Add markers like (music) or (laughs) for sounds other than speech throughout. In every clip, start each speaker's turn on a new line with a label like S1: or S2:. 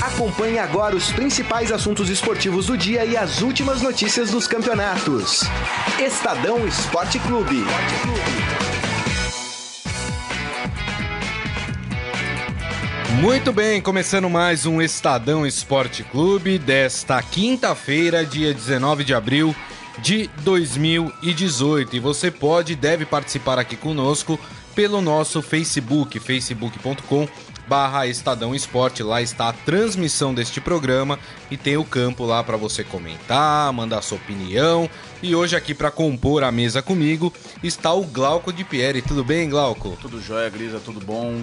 S1: Acompanhe agora os principais assuntos esportivos do dia e as últimas notícias dos campeonatos. Estadão Esporte Clube.
S2: Muito bem, começando mais um Estadão Esporte Clube desta quinta-feira, dia 19 de abril de 2018. E você pode e deve participar aqui conosco pelo nosso Facebook, facebook.com barra Estadão Esporte. Lá está a transmissão deste programa e tem o campo lá para você comentar, mandar sua opinião. E hoje aqui para compor a mesa comigo está o Glauco de Pieri. Tudo bem, Glauco?
S3: Tudo jóia, Grisa, tudo bom?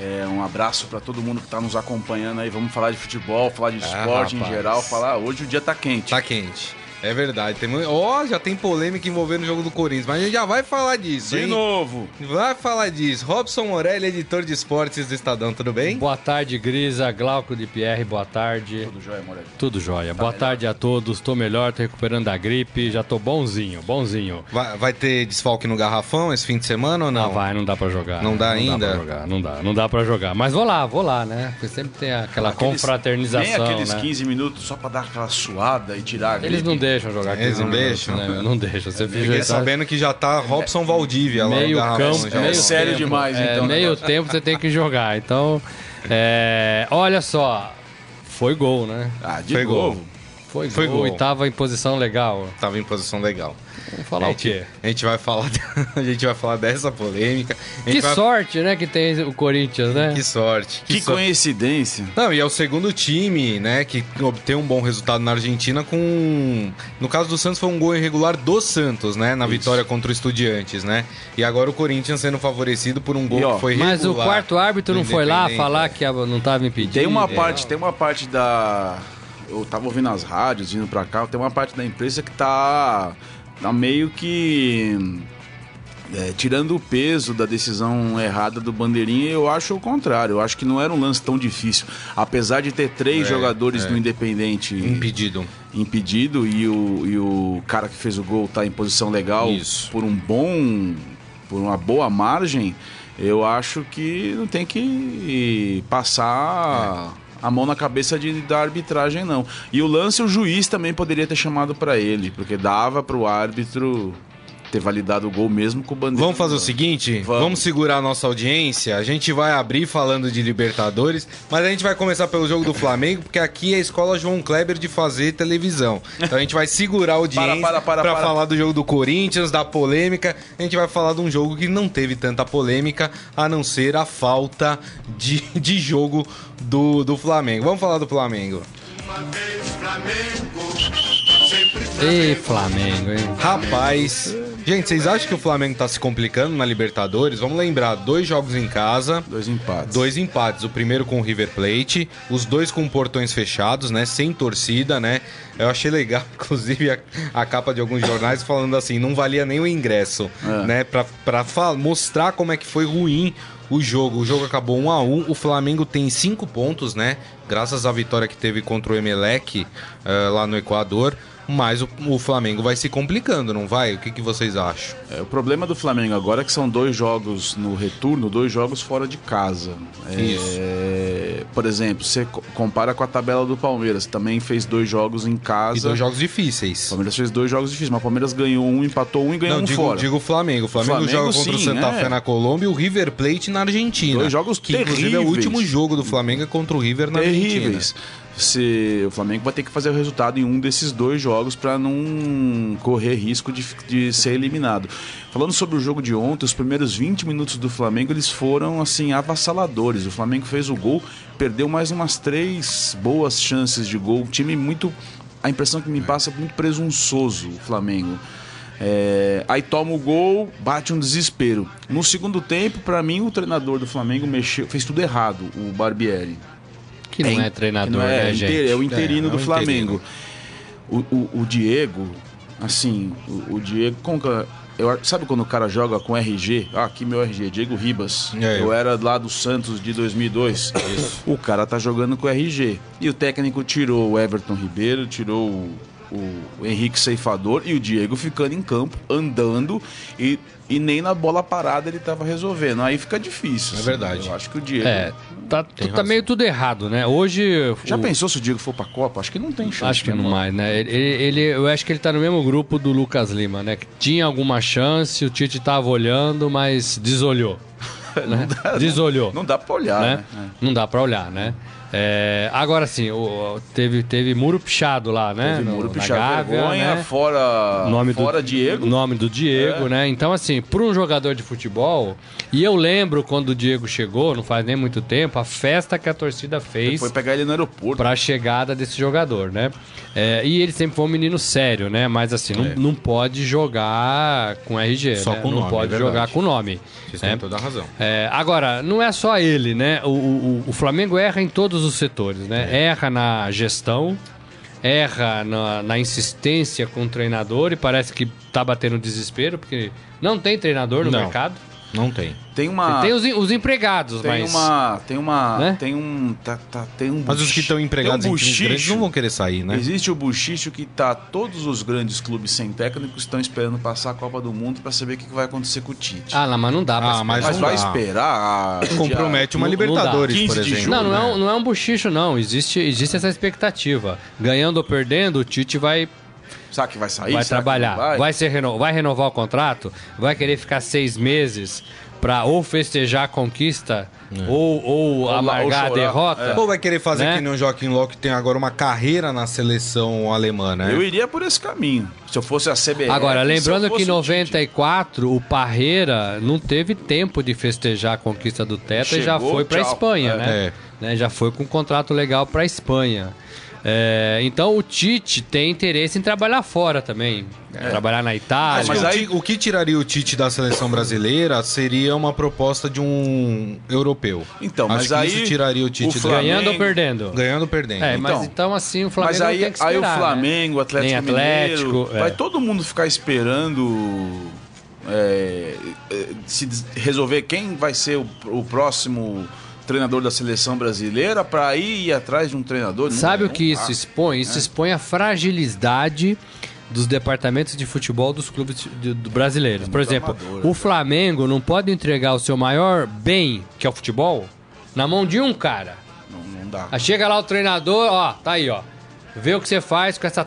S3: É, um abraço para todo mundo que está nos acompanhando aí. Vamos falar de futebol, falar de
S2: Ah,
S3: esporte em
S2: rapaz.
S3: geral. Falar hoje o dia tá quente.
S2: Tá quente. É verdade. Tem... mu- Ó, já tem polêmica envolvendo o jogo do Corinthians, mas a gente já vai falar disso,
S3: de
S2: hein?
S3: novo.
S2: Vai falar disso. Robson Morelli, editor de esportes do Estadão, tudo bem?
S4: Boa tarde, Grisa, Glauco de Pierre, boa tarde.
S3: Tudo jóia, Morelli.
S4: Tudo jóia. boa tarde a todos. Tô melhor, tô recuperando da gripe, já tô bonzinho, bonzinho.
S2: Vai, vai ter desfalque no Garrafão esse fim de semana ou não?
S4: Ah, vai, não dá pra jogar.
S2: Não dá ainda?
S4: Dá pra jogar, não dá, não dá pra jogar. Mas vou lá, vou lá, né? Porque sempre tem aquela
S3: Aqueles-
S4: confraternização,
S3: Nem aqueles
S4: né?
S3: 15 minutos só para dar aquela suada e tirar a
S4: Eles
S3: gripe.
S4: não deixam jogar aqui.
S2: Eles não deixam? É,
S4: Não deixam. Você fica
S2: Fiquei
S4: já-
S2: sabendo que já tá Robson Valdívia lá
S4: meio
S2: no Garrafão.
S4: campo,
S2: já.
S3: é
S4: meio
S3: sério
S4: tempo.
S3: demais,
S4: É,
S2: né?
S3: então, o
S4: meio
S3: negócio.
S4: tempo você tem que jogar. Então, é, olha só, foi gol, né?
S3: Ah, de
S2: Foi gol.
S3: novo.
S4: Foi,
S2: Foi
S4: gol.
S2: gol.
S4: E tava em posição legal.
S2: Tava em posição legal.
S4: Vamos falar
S2: a
S4: o
S2: gente,
S4: quê?
S2: A gente vai falar, (laughs) a gente vai falar dessa polêmica. A gente
S4: Que
S2: vai-
S4: sorte, né, que tem o Corinthians, né?
S2: Que sorte.
S3: Que,
S2: sorte.
S3: coincidência.
S2: Não, e é o segundo time, né, que obtém um bom resultado na Argentina com... No caso do Santos, foi um gol irregular do Santos, né, na vitória contra o Estudiantes, né? E agora o Corinthians sendo favorecido por um gol
S3: E, ó,
S2: que foi irregular.
S4: Mas o quarto árbitro
S2: do
S4: não foi lá
S2: Independente.
S4: falar que a- não tava impedido.
S3: né? Tem uma
S4: É.
S3: parte, tem uma parte da. Eu tava ouvindo as rádios, vindo pra cá, tem uma parte da imprensa que tá. tá meio que. é, tirando o peso da decisão errada do Bandeirinha, eu acho o contrário. Eu acho que não era um lance tão difícil. Apesar de ter três jogadores do Independente
S2: Impedido.
S3: impedido e o, e o cara que fez o gol tá em posição legal
S2: Isso.
S3: por um bom. por uma boa margem, eu acho que não tem que passar.
S2: É.
S3: A mão na cabeça de, da arbitragem, não. E o lance, o juiz também poderia ter chamado pra ele, porque dava pro árbitro ter validado o gol mesmo com o bandeira.
S2: Vamos fazer o seguinte? Vamos.
S3: Vamos.
S2: segurar a nossa audiência. A gente vai abrir falando de Libertadores, mas a gente vai começar pelo jogo do Flamengo, porque aqui é a escola João Kleber de fazer televisão. Então a gente vai segurar a audiência
S3: para, para,
S2: pra
S3: para.
S2: falar do jogo do Corinthians, da polêmica. A gente vai falar de um jogo que não teve tanta polêmica, a não ser a falta de, de jogo do, do Flamengo. Vamos falar do Flamengo.
S4: Ei, Flamengo, hein?
S2: Rapaz. Gente, vocês acham que o Flamengo tá se complicando na Libertadores? Vamos lembrar, dois jogos em casa.
S3: Dois empates.
S2: Dois empates, o primeiro com o River Plate, os dois com portões fechados, né? Sem torcida, né? Eu achei legal, (laughs) inclusive, a, a capa de alguns jornais falando assim, não valia nem o ingresso, né? Pra, pra fa- mostrar como é que foi ruim o jogo. O jogo acabou 1 a 1 o Flamengo tem cinco pontos, né? Graças à vitória que teve contra o Emelec eh, lá no Equador. Mas o, o Flamengo vai se complicando, não vai? O que, que vocês acham?
S3: É, o problema do Flamengo agora é que são dois jogos no retorno, dois jogos fora de casa. É,
S2: Isso.
S3: Por exemplo, você co- compara com a tabela do Palmeiras, que também fez dois jogos em
S2: E
S3: casa.
S2: dois
S3: O
S2: jogos difíceis.
S3: Palmeiras fez dois jogos difíceis, mas o Palmeiras ganhou um, empatou um e ganhou
S2: Não,
S3: um
S2: digo,
S3: fora.
S2: digo o Flamengo. O Flamengo,
S3: Flamengo,
S2: joga contra o
S3: sim,
S2: Santa
S3: é.
S2: Fé na Colômbia e o River Plate na Argentina.
S3: Dois jogos
S2: que, inclusive, é o
S3: terríveis.
S2: último jogo do Flamengo é contra o River na
S3: Terríveis.
S2: Argentina.
S3: Se, o Flamengo vai ter que fazer o resultado em um desses dois jogos para não correr risco de, fi- de ser eliminado. Falando sobre o jogo de ontem, os primeiros 20 minutos do Flamengo eles foram assim avassaladores. O Flamengo fez o gol, perdeu mais umas três boas chances de gol. Um time muito. A impressão que me passa é muito presunçoso o Flamengo. É, aí toma o gol, bate um desespero. No segundo tempo, para mim, o treinador do Flamengo mexeu, fez tudo errado, o Barbieri
S4: Que não é,
S3: in-
S4: treinador,
S3: que não é,
S4: né,
S3: inter-
S4: gente?
S3: É o interino
S2: É, é
S3: do
S2: um
S3: Flamengo. O, o- o Diego, assim, o, o Diego. como que eu- eu a- sabe quando o cara joga com RG? Ah, aqui meu RG, Diego Ribas.
S2: É, eu-
S3: eu era lá do Santos de 2002. O cara tá jogando com RG. E o técnico tirou o Everton Ribeiro, tirou o o Henrique Ceifador e o Diego ficando em campo, andando e, e nem na bola parada ele tava resolvendo. Aí fica difícil.
S2: É
S3: assim,
S2: verdade.
S3: Eu acho que o Diego.
S4: É, tá,
S2: Tem
S4: tá
S2: razão.
S4: meio tudo errado, né? Hoje.
S3: Já
S4: o-
S3: pensou se o Diego for pra Copa? Acho que não tem chance.
S4: Acho que
S3: né,
S4: não
S3: mano?
S4: mais, né? Ele, ele- ele- eu acho que ele tá no mesmo grupo do Lucas Lima, né? Que tinha alguma chance, o Tite tava olhando,
S3: (laughs)
S4: mas desolhou. né? Desolhou.
S3: Não dá pra olhar,
S4: né?
S3: né?
S4: Não dá pra olhar, né? É, agora sim, o- o- teve, teve muro pichado lá, né?
S3: Teve
S4: No-
S3: muro
S4: na
S3: pichado
S4: Gávea,
S3: vergonha,
S4: né?
S3: fora,
S4: nome
S3: fora
S4: do,
S3: Diego.
S4: Nome do Diego,
S3: É.
S4: né? Então, assim, para um jogador de futebol, e eu lembro quando o Diego chegou, não faz nem muito tempo, a festa que a torcida fez
S3: Foi pegar ele no aeroporto.
S4: para a chegada desse jogador, né? É, e ele sempre foi um menino sério, né? Mas assim,
S3: É.
S4: não, não pode jogar com RG,
S2: Só
S4: né?
S2: com
S4: não
S2: nome,
S4: pode
S2: é verdade.
S4: jogar com nome.
S2: Vocês
S4: né?
S2: têm toda a razão.
S4: É, agora, não é só ele, né? O, o- o Flamengo erra em todos os setores, né?
S2: É.
S4: Erra na gestão, erra na, na insistência com o treinador e parece que tá batendo desespero, porque não tem treinador no
S2: Não.
S4: mercado.
S2: Não tem.
S3: Tem uma.
S4: Tem os, em- os empregados,
S3: Ah. Tem
S4: mas.
S3: uma. Tem uma.
S4: Né?
S3: Tem um. Tá, tá- tem um
S2: Mas os
S3: buchi-
S2: que estão empregados
S3: tem um
S2: em times grandes
S3: buchicho.
S2: não vão querer sair, né?
S3: Existe o buchicho que tá todos os grandes clubes sem técnico estão esperando passar a Copa do Mundo para saber o que que vai acontecer com o Tite.
S4: Ah, não, mas não dá pra
S2: Ah,
S4: esperar.
S2: mas
S3: mas
S2: não
S3: vai
S2: dá.
S3: esperar. ah,
S2: Compromete uma
S4: Não- não dá.
S2: Libertadores, por
S3: 15 de
S2: exemplo.
S3: julho,
S4: Não, não é,
S3: né?
S4: um, não é um bochicho, não. Existe, existe essa expectativa. Ganhando ou perdendo, o Tite vai,
S3: dia- Será que vai sair?
S4: vai
S3: Será que
S4: trabalhar.
S3: não
S4: Vai, ser reno- vai renovar o contrato? Vai querer ficar seis meses pra ou festejar a conquista ou, ou
S3: lá- É. ou
S4: amargar
S3: chorar.
S4: a
S3: É.
S4: derrota?
S2: Ou vai querer fazer
S4: Né?
S2: que nem o Joaquim Locke que tem agora uma carreira na seleção alemã, né?
S3: Eu iria por esse caminho. Se eu fosse a CBF.
S4: É. Agora,
S3: É, se eu
S4: lembrando que
S3: fosse
S4: em
S3: o Tite,
S4: 94 o Parreira não teve tempo de festejar a conquista do Teto e já
S3: Chegou,
S4: foi pra
S3: tchau.
S4: Espanha,
S3: É.
S4: né? Né, Já foi com um contrato legal pra Espanha. É, então o Tite tem interesse em trabalhar fora também. Trabalhar na Itália.
S2: Acho
S3: É. Ah, mas
S2: que o
S3: aí-
S2: Ti- o que tiraria o Tite da seleção brasileira seria uma proposta de um europeu.
S3: Então,
S2: Acho
S3: mas
S2: que
S3: aí
S2: isso tiraria o Tite da...
S3: o Flamengo-
S4: Ganhando ou perdendo?
S2: ganhando ou perdendo.
S4: É, mas
S3: Então.
S4: então assim o Flamengo
S3: mas aí,
S4: tem que
S3: aí
S4: esperar,
S3: o Flamengo,
S4: né?
S3: o Atlético,
S4: Nem Atlético
S3: Mineiro,
S4: é.
S3: vai todo mundo ficar esperando é, é, se des- resolver quem vai ser o, o próximo treinador da seleção brasileira para ir, atrás de um treinador. Não,
S4: Sabe o
S3: não
S4: que
S3: dá.
S4: isso expõe?
S3: É.
S4: Isso expõe a fragilidade dos departamentos de futebol dos clubes de- do brasileiros. Por exemplo,
S3: É amador, né?
S4: o Flamengo não pode entregar o seu maior bem, que é o futebol, na mão de um cara.
S3: Não, não dá.
S4: Aí chega lá o treinador, ó, tá aí, ó. Vê o que você faz com essa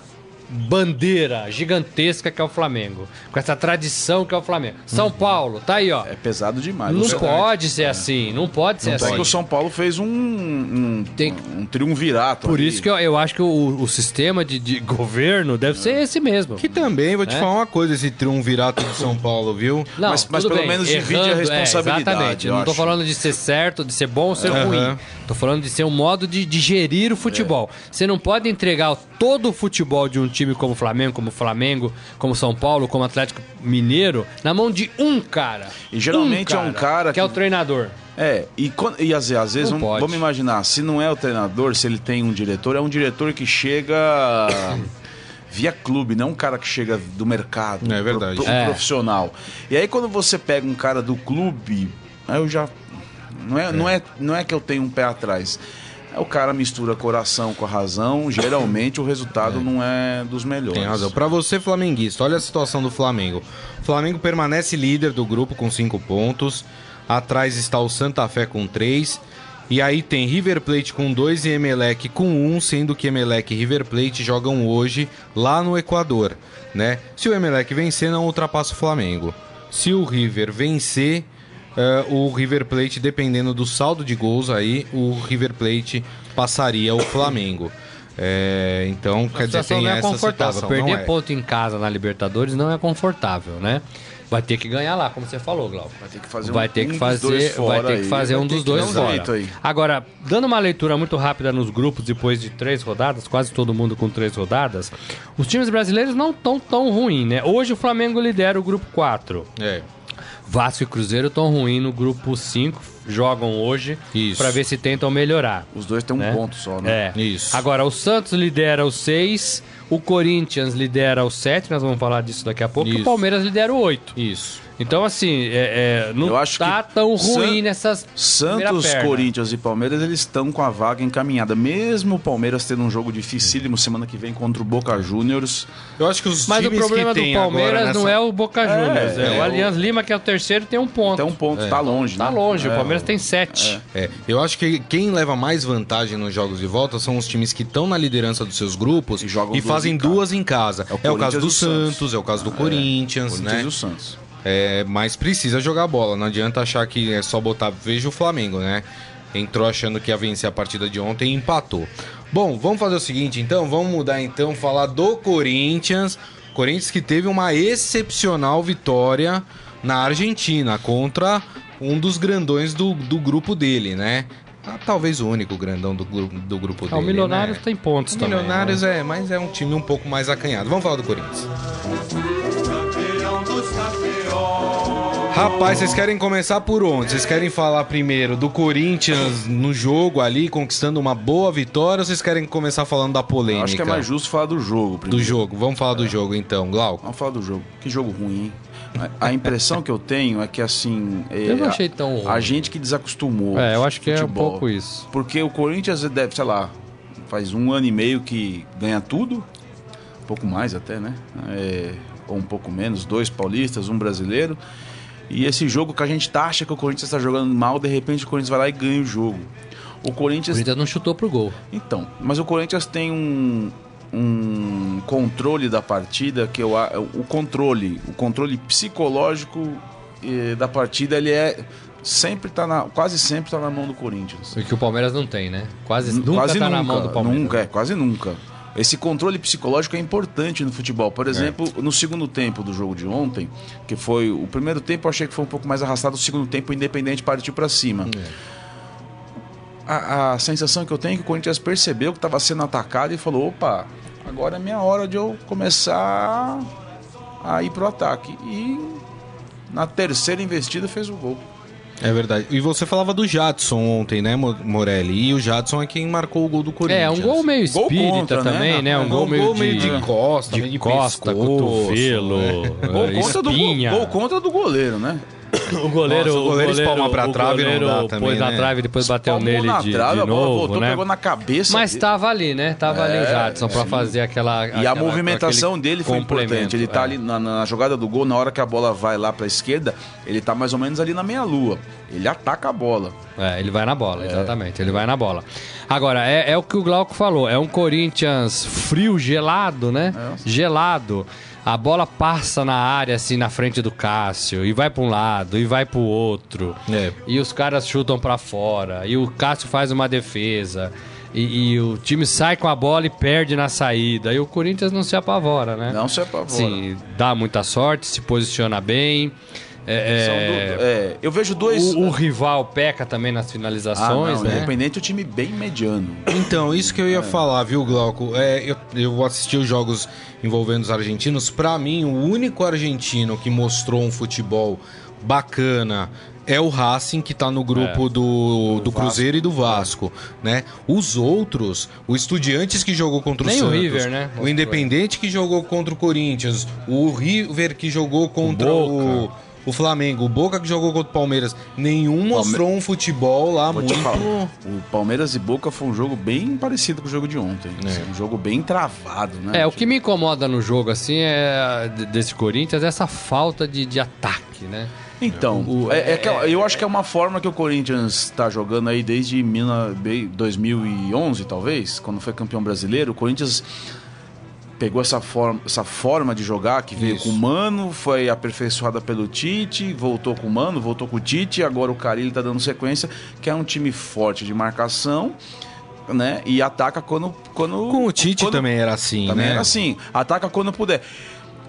S4: bandeira gigantesca que é o Flamengo, com essa tradição que é o Flamengo. São Paulo, tá aí, ó.
S3: Uhum. É pesado demais.
S4: Não
S3: Você-
S4: pode
S3: É.
S4: ser assim, não pode ser
S3: Tanto é que o
S4: assim.
S3: São Paulo fez um, um,
S4: Tem-
S3: um triunvirato.
S4: Por
S3: ali.
S4: isso que eu, eu acho que o, o sistema de, de governo deve
S3: É.
S4: ser esse mesmo.
S2: Que também, vou te
S4: É.
S2: falar uma coisa, esse triunvirato de São Paulo, viu?
S4: Não,
S3: Mas- mas
S4: tudo
S3: pelo
S4: bem,
S3: menos divide a
S4: errando, é,
S3: responsabilidade,
S4: exatamente.
S3: eu
S4: não tô
S3: acho.
S4: falando de ser certo, de ser bom ou ser
S2: Aham.
S4: ruim. Tô falando de ser um modo de, de gerir o futebol.
S3: É.
S4: Você não pode entregar todo o futebol de um time como Flamengo, como Flamengo, como São Paulo, como Atlético Mineiro, na mão de um cara.
S3: E geralmente é um cara
S4: que é o
S3: que-
S4: treinador.
S3: É, e, quan- e às, às vezes,
S4: Não
S3: vamos,
S4: pode.
S3: vamos imaginar, se não é o treinador, se ele tem um diretor, é um diretor que chega (coughs) via clube, não um cara que chega do mercado.
S2: É verdade.
S3: pro- pro-
S4: É.
S3: profissional. E aí quando você pega um cara do clube, aí eu já... Não é, Não, é, não é que eu tenho um pé atrás. É O cara mistura coração com a razão, geralmente o resultado não é dos melhores.
S2: Tem razão. Pra você, flamenguista, olha a situação do Flamengo. O Flamengo permanece líder do grupo com cinco pontos. Atrás está o Santa Fé com três. E aí tem River Plate com dois e Emelec com um, sendo que Emelec e River Plate jogam hoje lá no Equador, né? Se o Emelec vencer, não ultrapassa o Flamengo. Se o River vencer, eh, o River Plate, dependendo do saldo de gols aí, o River Plate passaria o Flamengo. É, então,
S4: A
S2: Quer dizer,
S4: situação
S2: tem
S4: não é
S2: essa
S4: confortável.
S2: situação,
S4: Perder
S2: não é.
S4: ponto em casa na Libertadores não é confortável, né? Vai ter que ganhar lá, como você falou, Glauco.
S3: Vai ter que fazer um-
S4: vai ter
S3: um
S4: que
S3: dos
S4: fazer,
S3: dois
S4: vai
S3: fora
S4: ter que
S3: aí,
S4: fazer
S3: vai
S4: um
S3: ter
S4: dos
S3: que dar
S4: dois
S3: um
S4: fora.
S3: jeito aí.
S4: Agora, dando uma leitura muito rápida nos grupos depois de três rodadas, quase todo mundo com três rodadas, os times brasileiros não estão tão ruim, né? Hoje o Flamengo lidera o grupo 4.
S2: É.
S4: Vasco e Cruzeiro estão ruim no grupo 5, jogam hoje
S2: Isso.
S4: para ver se tentam melhorar.
S3: Os dois têm um
S4: né?
S3: ponto só, né?
S4: É.
S2: Isso.
S4: Agora, o Santos lidera o 6, o Corinthians lidera o 7, nós vamos falar disso daqui a pouco, e
S2: Isso.
S4: o Palmeiras lidera o 8.
S2: Isso.
S4: Então, assim, é, é, não
S3: Eu acho
S4: tá
S3: que
S4: tão ruim
S3: San-
S4: nessas. primeira
S3: Santos,
S4: perna.
S3: Corinthians e Palmeiras, eles estão com a vaga encaminhada. Mesmo o Palmeiras tendo um jogo dificílimo semana que vem contra o Boca Juniors.
S2: Eu acho que os
S4: Mas o
S2: times
S4: problema
S2: que
S4: do
S2: tem agora
S4: Palmeiras
S2: nessa-
S4: não é o Boca Juniors. É,
S3: é,
S4: o
S3: o-
S4: Aliança Lima, que é o terceiro, tem um ponto.
S3: Até um ponto, tá longe,
S4: Tá
S3: né?
S4: longe, o
S3: É,
S4: Palmeiras tem sete.
S2: É, eu acho que quem leva mais vantagem nos jogos de volta são os times que estão na liderança dos seus grupos e,
S3: E jogam duas
S2: fazem
S3: em casa.
S2: duas em casa.
S3: É o
S2: É o, caso
S3: Corinthians e
S2: do
S3: o Santos.
S2: Santos, é o caso do Corinthians,
S3: Corinthians
S2: né?
S3: e o Santos.
S2: É, mas precisa jogar bola, não adianta achar que é só botar. Veja o Flamengo, né? Entrou achando que ia vencer a partida de ontem e empatou. Bom, vamos fazer o seguinte então, vamos mudar então, falar do Corinthians. Corinthians que teve uma excepcional vitória na Argentina contra um dos grandões do, do grupo dele, né? Ah, talvez o único grandão do, gru- do grupo
S3: É.
S4: Ah,
S2: dele.
S4: o Milionários
S2: né?
S4: tem pontos
S2: O
S4: também.
S2: Milionários é, mas é um time um pouco mais acanhado. Vamos falar do Corinthians. Rapaz, vocês querem começar por onde? Vocês querem falar primeiro do Corinthians no jogo ali, conquistando uma boa vitória, ou vocês querem começar falando da polêmica?
S3: Acho que é mais justo falar do jogo
S2: Do
S3: primeiro.
S2: jogo. Vamos falar do jogo então, Glauco.
S3: Vamos falar do jogo. Que jogo ruim, hein? A a impressão que eu tenho é que, assim... é,
S4: Eu não
S3: a-
S4: achei tão ruim.
S3: A gente que desacostumou.
S4: É, eu acho que é um
S3: futebol.
S4: pouco isso.
S3: Porque o Corinthians é, deve, sei lá, faz um ano e meio que ganha tudo. Um pouco mais até, né? É, ou um pouco menos. Dois paulistas, um brasileiro. E esse jogo que a gente tá- acha que o Corinthians está jogando mal, de repente o Corinthians vai lá e ganha o jogo. O
S4: O
S3: Corinthians
S4: Corinthians não chutou pro gol.
S3: então, mas o Corinthians tem um, um controle da partida que eu a- o controle, o controle psicológico eh, da partida ele é sempre tá na quase sempre tá na mão do Corinthians.
S4: O que o Palmeiras não tem, né? Quase nunca
S3: quase
S4: tá
S3: nunca,
S4: na mão do Palmeiras.
S3: nunca, é, quase nunca. Esse controle psicológico é importante no futebol.
S4: É.
S3: Por exemplo, no segundo tempo do jogo de ontem, que foi o primeiro tempo, eu achei que foi um pouco mais arrastado. O segundo tempo, o Independente partiu para cima.
S4: É.
S3: a, a sensação que eu tenho é que o Corinthians percebeu que estava sendo atacado e falou: opa, agora é minha hora de eu começar a ir pro ataque. E na terceira investida fez o gol.
S2: É verdade. E você falava do Jadson ontem, né, Mo- Morelli? E o Jadson é quem marcou o gol do Corinthians.
S4: É, um gol meio
S3: Gol
S4: espírita
S3: contra, né?
S4: também, né?
S2: É,
S4: Um gol, meio, de,
S2: de costa, meio
S4: de costa,
S2: pescoço,
S4: cotovelo,
S2: né?
S4: (laughs)
S3: Gol,
S4: eh,
S3: contra do,
S4: espinha.
S3: gol contra do goleiro, né?
S4: O goleiro,
S2: Nossa, o goleiro espalma pra
S4: o
S2: trave, não
S4: goleiro
S2: dá também,
S4: pôs na
S2: né?
S4: trave e depois bateu
S3: Palmou
S4: nele
S3: na
S4: de,
S3: trave,
S4: de
S3: a bola
S4: novo,
S3: voltou,
S4: né?
S3: pegou na cabeça.
S4: Mas
S3: dele. É,
S4: tava ali, né? Tava ali o Jadson pra
S3: sim.
S4: fazer aquela é.
S3: E a movimentação dele foi importante. Ele tá ali na, na jogada do gol, na hora que a bola vai lá pra esquerda, ele tá mais ou menos ali na meia-lua. Ele ataca a bola.
S4: É, ele vai na bola, exatamente. Ele vai na bola. Agora, é, é o que o Glauco falou. É um Corinthians frio, gelado, né?
S3: É.
S4: Gelado. A bola passa na área, assim, na frente do Cássio. E vai pra um lado, e vai pro outro.
S2: É.
S4: E os caras chutam pra fora. E o Cássio faz uma defesa. E, e o time sai com a bola e perde na saída. E o Corinthians não se apavora, né?
S3: Não se apavora.
S4: Sim, dá muita sorte, se posiciona bem. É,
S3: São
S4: é,
S3: do- é, eu vejo dois.
S4: o, o rival peca também nas
S3: Ah,
S4: finalizações,
S3: não,
S4: né?
S3: Independente é um time bem mediano.
S2: Então, isso que eu ia falar, viu, Glauco? É, eu, eu assisti os jogos envolvendo os argentinos. Pra mim, o único argentino que mostrou um futebol bacana é o Racing, que tá no grupo do, do Cruzeiro e do Vasco, né? Os outros, o Estudiantes que jogou contra o
S4: Nem o
S2: Santos,
S4: River, né?
S2: o Independente que jogou contra o Corinthians, o River que jogou contra o...
S4: Boca.
S2: o Flamengo, o Boca que jogou contra o Palmeiras, nenhum mostrou um futebol lá
S3: Vou
S2: muito.
S3: te falar. O Palmeiras e Boca foi um jogo bem parecido com o jogo de ontem. Assim, Um jogo bem travado, né?
S4: É, o que me incomoda no jogo, assim, é de- desse Corinthians, é essa falta de, de ataque, né?
S3: Então,
S4: O-
S3: é- é que eu- eu acho que é uma forma que o Corinthians está jogando aí desde 19 bem, 2011, talvez, quando foi campeão brasileiro. O Corinthians pegou essa forma, essa forma de jogar que veio
S2: Isso.
S3: com o Mano, foi aperfeiçoada pelo Tite, voltou com o Mano, voltou com o Tite, agora o Carilli está dando sequência, que é um time forte de marcação, né? E ataca quando quando
S2: Com o Tite
S3: quando
S2: também era assim,
S3: também
S2: né?
S3: era assim, ataca quando puder.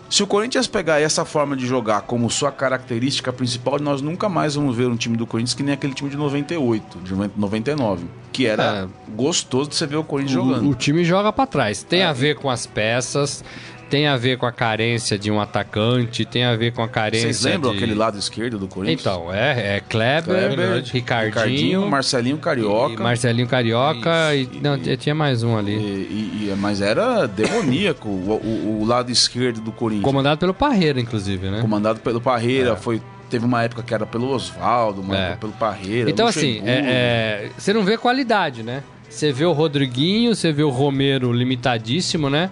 S3: Se o Corinthians pegar essa forma de jogar como sua característica principal, nós nunca mais vamos ver um time do Corinthians que nem aquele time de 98, de 99, que era gostoso de você ver o Corinthians
S4: É. O,
S3: jogando. É.
S4: o time joga pra trás. Tem a ver com as peças, tem a ver com a carência de um atacante, tem a ver com a carência.
S3: Vocês lembram
S4: de...
S3: aquele lado esquerdo do Corinthians?
S4: Então, é, é Kleber,
S3: Kleber,
S4: Ricardinho,
S3: Marcelinho Carioca.
S4: e Marcelinho Carioca
S3: Isso,
S4: e. Não,
S3: e-
S4: tinha mais um
S3: E-
S4: ali.
S3: e- e- mas era demoníaco o, o- o lado esquerdo do Corinthians.
S4: Comandado pelo Parreira, inclusive, né?
S3: Comandado pelo Parreira, foi, teve uma época que era pelo Oswaldo, uma
S4: É.
S3: época pelo Parreira.
S4: Então, assim,
S3: Luxemburgo.
S2: né?
S4: é- é, você não vê qualidade, né? Você vê o Rodriguinho, você vê o Romero limitadíssimo, né?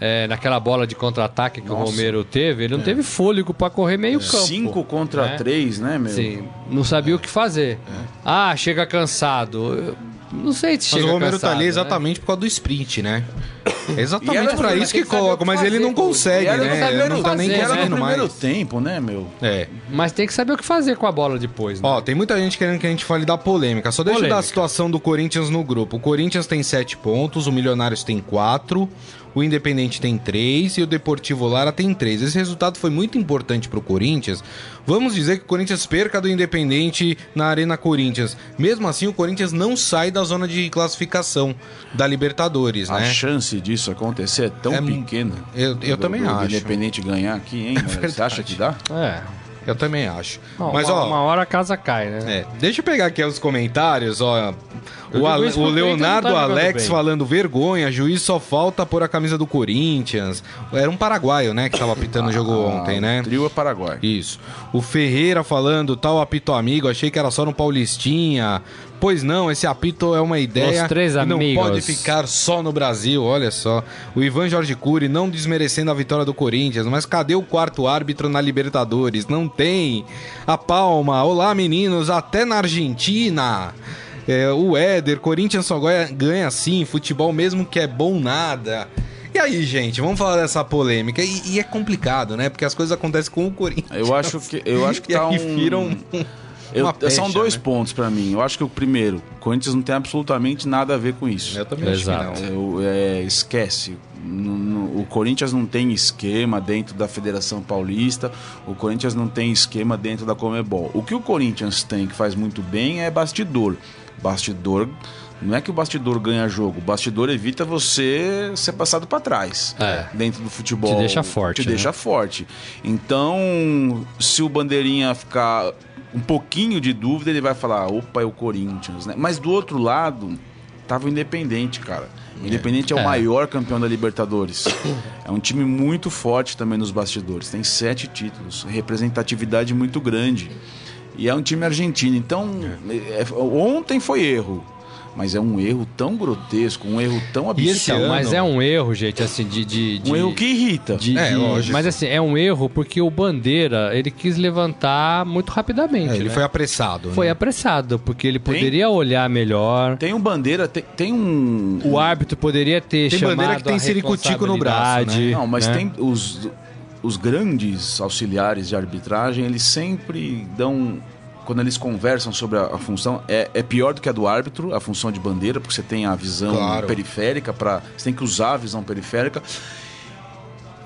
S4: É, naquela bola de contra-ataque que o
S3: Nossa.
S4: Romero teve,
S2: É.
S4: ele não teve fôlego pra correr meio campo.
S3: Cinco contra
S4: né?
S3: três, né, meu?
S4: Sim, não sabia o que fazer. Ah, chega cansado. Eu não sei se
S2: É. Mas
S4: chega
S2: o Romero
S4: cansado,
S2: tá ali
S4: né?
S2: exatamente por causa do sprint, né? É
S3: E era
S2: Exatamente
S3: no
S2: pra
S3: primeiro-
S2: isso
S4: tem
S2: que
S4: que saber
S2: colocam,
S4: o que
S2: mas ele
S4: fazer,
S2: não
S4: pô.
S2: consegue,
S3: E era no
S2: né? Ele
S3: primeiro
S2: não tá
S4: fazer,
S2: nem
S3: E era
S4: né?
S2: conseguindo
S3: no é primeiro
S2: mais.
S3: tempo, né, meu?
S2: É.
S4: Mas tem que saber o que fazer com a bola depois, né?
S2: Ó, tem muita gente querendo que a gente fale da polêmica. Só deixa eu dar a
S4: Polêmica.
S2: situação do Corinthians no grupo. O Corinthians tem 7 pontos, o Milionários tem 4, o Independente tem 3 e o Deportivo Lara tem 3. Esse resultado foi muito importante pro Corinthians. Vamos dizer que o Corinthians perca do Independente na Arena Corinthians. Mesmo assim, o Corinthians não sai da zona de classificação da Libertadores,
S3: A
S2: né?
S3: chance disso acontecer é tão
S2: É mu-
S3: pequena.
S2: Eu- eu também acho. É
S3: Independente ganhar
S2: (laughs)
S3: aqui, hein? velho? Você acha que dá?
S4: É.
S2: Eu também acho.
S4: Não,
S2: Mas,
S4: uma,
S2: ó,
S4: uma hora a casa cai, né?
S2: É, deixa eu pegar aqui os comentários, ó.
S4: Eu
S2: O,
S4: digo
S2: Ale-
S4: isso
S2: o
S4: porque o Corinthians
S2: Leonardo
S4: não tá jogando
S2: Alex
S4: bem.
S2: falando vergonha, juiz só falta pôr a camisa do Corinthians. Era um paraguaio, né, que tava apitando o jogo
S4: Ah,
S2: ontem, né?
S3: Trio
S2: (laughs)
S3: é Paraguai.
S2: Isso. O Ferreira falando, tal apito amigo, achei que era só no Paulistinha. Pois não, esse apito é uma ideia
S4: Os três
S2: que não
S4: amigos.
S2: pode ficar só no Brasil, olha só. O Ivan Jorge Cury não desmerecendo a vitória do Corinthians, mas cadê o quarto árbitro na Libertadores? Não tem. A Palma, olá meninos, até na Argentina. É, o Éder, Corinthians só ganha, ganha assim, futebol mesmo que é bom nada. E aí, gente, vamos falar dessa polêmica. E, e é complicado, né? Porque as coisas acontecem com o Corinthians.
S3: Eu acho que, eu acho que
S2: E
S3: tá
S2: aí
S3: um...
S2: viram
S3: Eu-
S2: uma pecha,
S3: são dois
S2: né?
S3: pontos pra mim. Eu acho que o primeiro, o Corinthians não tem absolutamente nada a ver com isso.
S2: Eu também acho
S4: Exato.
S2: que não.
S3: Eu- é, esquece. N- n- O Corinthians não tem esquema dentro da Federação Paulista, o Corinthians não tem esquema dentro da Comebol. O que o Corinthians tem que faz muito bem é bastidor. Bastidor. Não é que o bastidor ganha jogo, o bastidor evita você ser passado pra trás
S4: É.
S3: dentro do futebol.
S4: Te deixa forte,
S3: Te
S4: né?
S3: deixa forte. Então, se o bandeirinha ficar um pouquinho de dúvida, ele vai falar: opa, é o Corinthians, né? Mas do outro lado, tava o Independente, cara. O Independente é, o
S4: É.
S3: maior campeão da Libertadores. é um time muito forte também nos bastidores. Tem sete títulos, representatividade muito grande. E é um time argentino. Então, é- ontem foi erro. Mas é um erro tão grotesco, um erro tão
S2: E
S3: absurdo.
S2: esse
S4: Então,
S2: ano-
S4: mas é um erro, gente, assim, de. de, de
S3: Um erro que irrita.
S4: de-
S2: É,
S4: de-
S2: lógico.
S4: mas assim, é um erro porque o Bandeira ele quis levantar muito rapidamente.
S2: É, ele
S4: né?
S2: foi apressado.
S4: Foi
S2: né?
S4: apressado, porque ele poderia olhar melhor.
S3: Tem um bandeira, tem, tem um.
S4: O árbitro poderia ter
S2: Tem
S4: chamado
S2: bandeira que tem
S4: a
S2: siricutico no braço, né?
S4: responsabilidade,
S3: Não, mas
S4: né?
S3: tem os, os grandes auxiliares de arbitragem, eles sempre dão. Quando eles conversam sobre a, a função, é, é pior do que a do árbitro, a função de bandeira, porque você tem a visão
S2: Claro.
S3: periférica, pra, você tem que usar a visão periférica.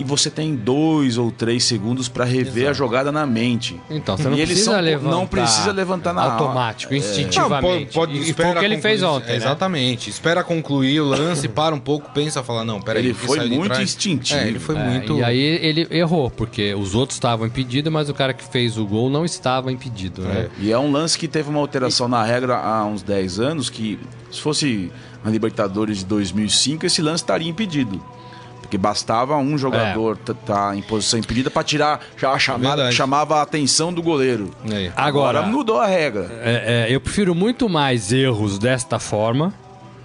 S3: E você tem dois ou três segundos para rever a jogada na mente.
S4: Então, você não
S3: e eles
S4: precisa
S3: são-
S4: levantar.
S3: Não precisa levantar na
S4: Automático,
S2: É. Não,
S4: instintivamente.
S2: pode, pode
S4: e foi
S2: espera
S4: o que ele
S2: concluir-
S4: fez ontem. né?
S2: Exatamente. Espera concluir o lance, para um pouco, pensa, fala, não, peraí.
S3: Ele
S2: o que
S3: foi
S2: saiu de
S3: muito
S2: trás-
S3: instintivo.
S2: É, ele foi
S4: É,
S2: muito...
S4: E aí ele errou, porque os outros estavam impedidos, mas o cara que fez o gol não estava impedido, né?
S3: E é um lance que teve uma alteração na regra há uns 10 anos, que se fosse na Libertadores de 2005, esse lance estaria impedido. Porque bastava um jogador
S4: É.
S3: estar em posição impedida para tirar, já chamava,
S2: Verdade.
S3: chamava a atenção do goleiro.
S2: É.
S4: Agora,
S3: mudou a regra.
S4: é, é, eu prefiro muito mais erros desta forma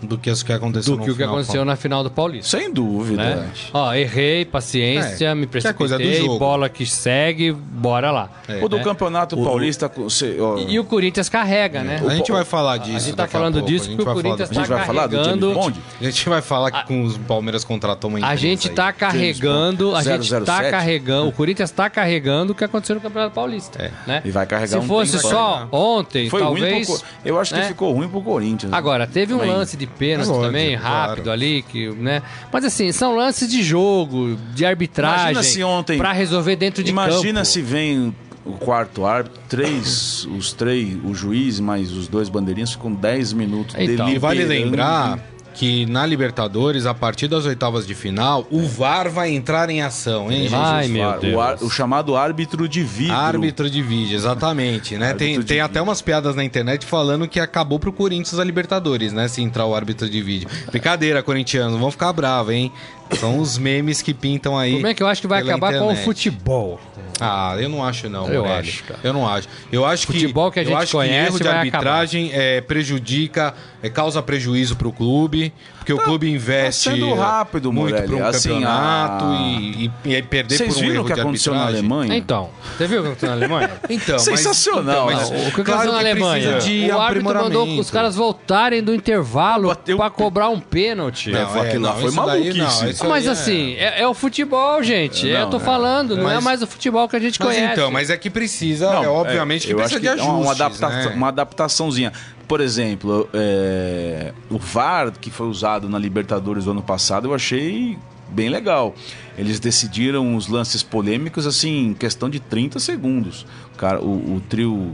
S2: Do que isso que aconteceu
S4: do que o que aconteceu na final do Paulista.
S3: Sem dúvida.
S4: né? Ó, errei, paciência,
S2: É,
S4: me
S2: que é coisa do
S4: precipitei,
S2: jogo.
S4: bola que segue, bora lá.
S2: É,
S3: O do
S4: né?
S3: Campeonato
S2: O-
S3: Paulista. com- se- ó,
S4: E, e o Corinthians carrega, né?
S2: A gente vai falar disso
S4: A gente tá
S2: daqui
S4: falando
S2: pouco,
S4: disso
S2: a gente
S4: porque
S2: vai
S4: o
S2: falar
S4: Corinthians tá
S3: a
S2: do-
S3: gente vai falar do James
S4: carregando-
S3: Bond?
S2: A gente vai falar que com os Palmeiras contratou uma empresa
S4: A gente
S2: aí.
S4: tá carregando, a
S3: James
S4: gente
S3: Bond.
S4: tá
S3: 007.
S4: carregando, o Corinthians tá carregando o que aconteceu no Campeonato Paulista,
S2: É.
S4: né?
S3: E vai carregar
S4: Se
S3: um
S4: fosse
S3: tempo,
S4: só
S3: né?
S4: ontem,
S3: Foi ruim
S4: talvez.
S3: pro, Co- Eu acho que
S4: né?
S3: ficou ruim pro Corinthians. né?
S4: Agora, teve um
S3: Também.
S4: lance de pênalti
S2: Lógico,
S4: também,
S2: claro.
S4: rápido ali, que, né? Mas assim, são lances de jogo, de arbitragem.
S3: Imagina se ontem-
S4: Pra resolver dentro de campo.
S3: Imagina se vem o quarto árbitro,
S2: (laughs)
S3: três, os três, o juiz mais os dois bandeirinhos ficam 10 minutos
S4: Então,
S2: E vale
S3: deliberando.
S2: lembrar que na Libertadores, a partir das oitavas de final, o VAR vai entrar em ação, hein, gente?
S4: Vai, meu
S3: Claro,
S4: Deus.
S3: o, ar- o chamado árbitro de vidro.
S2: Árbitro de vídeo, exatamente, né?
S3: Árbitro
S2: Tem,
S3: de
S2: tem
S3: vídeo.
S2: até umas piadas na internet falando que acabou pro Corinthians a Libertadores, né? Se entrar o árbitro de vídeo. Brincadeira, corintianos, vão ficar bravos, hein? São os memes que pintam aí.
S4: Como é que eu acho que vai
S2: pela
S4: acabar com o
S2: internet.
S4: futebol?
S2: Ah, eu não acho não,
S4: Eu
S2: Morelli.
S4: acho, cara.
S2: Eu não acho. Eu acho que
S4: Futebol que a
S2: eu
S4: gente
S2: acho
S4: conhece
S2: erro de
S4: vai
S2: arbitragem é, prejudica, é, causa prejuízo pro clube, porque o clube investe
S3: Tá sendo rápido,
S2: muito
S3: Morelli.
S2: para um
S3: Assim,
S2: campeonato
S3: a-
S2: e, e- e aí perder
S3: Vocês
S2: por um
S3: viram
S2: erro
S3: o que
S2: de
S3: aconteceu na
S2: arbitragem.
S3: Alemanha?
S4: Então, você viu o que aconteceu na Alemanha?
S2: (laughs) Então, mas-
S3: Sensacional.
S2: então,
S4: Não,
S2: mas,
S4: o que aconteceu
S2: claro
S4: na
S2: que
S4: Alemanha?
S2: precisa de
S4: o árbitro
S2: aprimoramento.
S4: mandou os caras voltarem do intervalo
S3: Bateu-
S4: pra cobrar um pênalti.
S2: Não,
S3: Aquilo lá foi
S2: isso daí
S3: maluquice.
S2: não, isso
S4: mas
S2: aí é-
S4: assim, é, é o futebol, gente.
S3: É, não,
S4: eu tô
S3: é.
S4: falando, não é
S2: Mas-
S4: mais o futebol que a gente
S2: Mas
S4: conhece.
S2: então, mas é que precisa, é, obviamente que
S3: eu
S2: precisa
S3: acho
S2: de
S3: é uma-
S2: ajustes,
S3: uma, adapta-
S2: né?
S3: uma adaptaçãozinha. Por exemplo, é, o VAR que foi usado na Libertadores do ano passado, eu achei bem legal. Eles decidiram os lances polêmicos assim, em questão de 30 segundos. O, cara, o, o trio.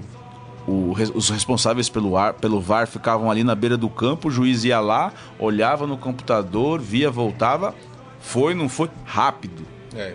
S3: o re- os responsáveis pelo, ar, pelo VAR ficavam ali na beira do campo, o juiz ia lá, olhava no computador, via, voltava, foi, não foi, rápido.
S2: É.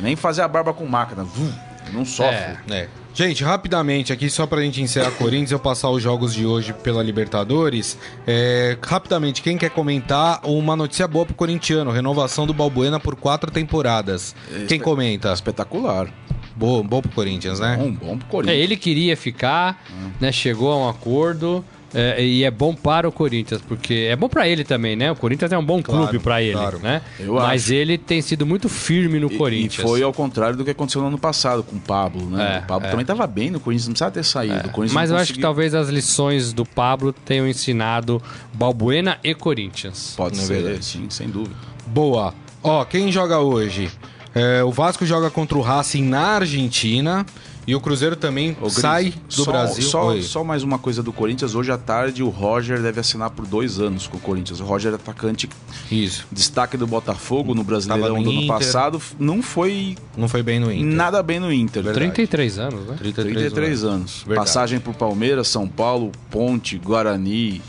S3: Nem fazer a barba com máquina, vum, não sofre.
S4: É.
S2: É. Gente, rapidamente aqui, só pra gente (coughs) encerrar Corinthians, eu passar os jogos de hoje pela Libertadores. É, rapidamente, quem quer comentar uma notícia boa pro corintiano: renovação do Balbuena por quatro temporadas. Quem comenta?
S3: Espetacular.
S2: Bom, bom pro Corinthians, né?
S3: Um Bom, bom pro
S4: É,
S3: Corinthians.
S4: ele queria ficar, né? Chegou a um acordo. é, e é bom para o Corinthians, porque é bom para ele também, né? O Corinthians é um bom
S2: Claro,
S4: clube para ele,
S2: claro.
S4: né?
S3: Eu
S4: Mas
S3: acho.
S4: ele tem sido muito firme no
S3: E-
S4: Corinthians.
S3: E foi ao contrário do que aconteceu no ano passado com o Pablo, né?
S4: É,
S3: o Pablo
S4: é.
S3: também tava bem no Corinthians, não precisava ter saído.
S2: É.
S3: O Corinthians
S4: Mas
S3: não
S4: eu acho que
S3: conseguiu-
S4: talvez as lições do Pablo tenham ensinado Balbuena e Corinthians.
S3: Pode
S2: Não é
S3: ser,
S2: verdade.
S3: sim, sem dúvida.
S2: Boa. Ó, quem joga hoje? É, o Vasco joga contra o Racing na Argentina. E o Cruzeiro também
S3: Ô, Gris,
S2: sai do
S3: só- um-
S2: Brasil.
S3: Só,
S2: Oi.
S3: só mais uma coisa do Corinthians. Hoje à tarde o Roger deve assinar por dois anos com o Corinthians. O Roger, é atacante,
S2: Isso.
S3: destaque do Botafogo no
S2: Tava
S3: Brasileirão
S2: no
S3: do ano
S2: Inter.
S3: passado, não foi
S2: Não foi bem no Inter.
S3: nada bem no Inter.
S4: 33 anos, né?
S3: 33 anos.
S2: Verdade.
S3: Passagem por Palmeiras, São Paulo, Ponte, Guarani.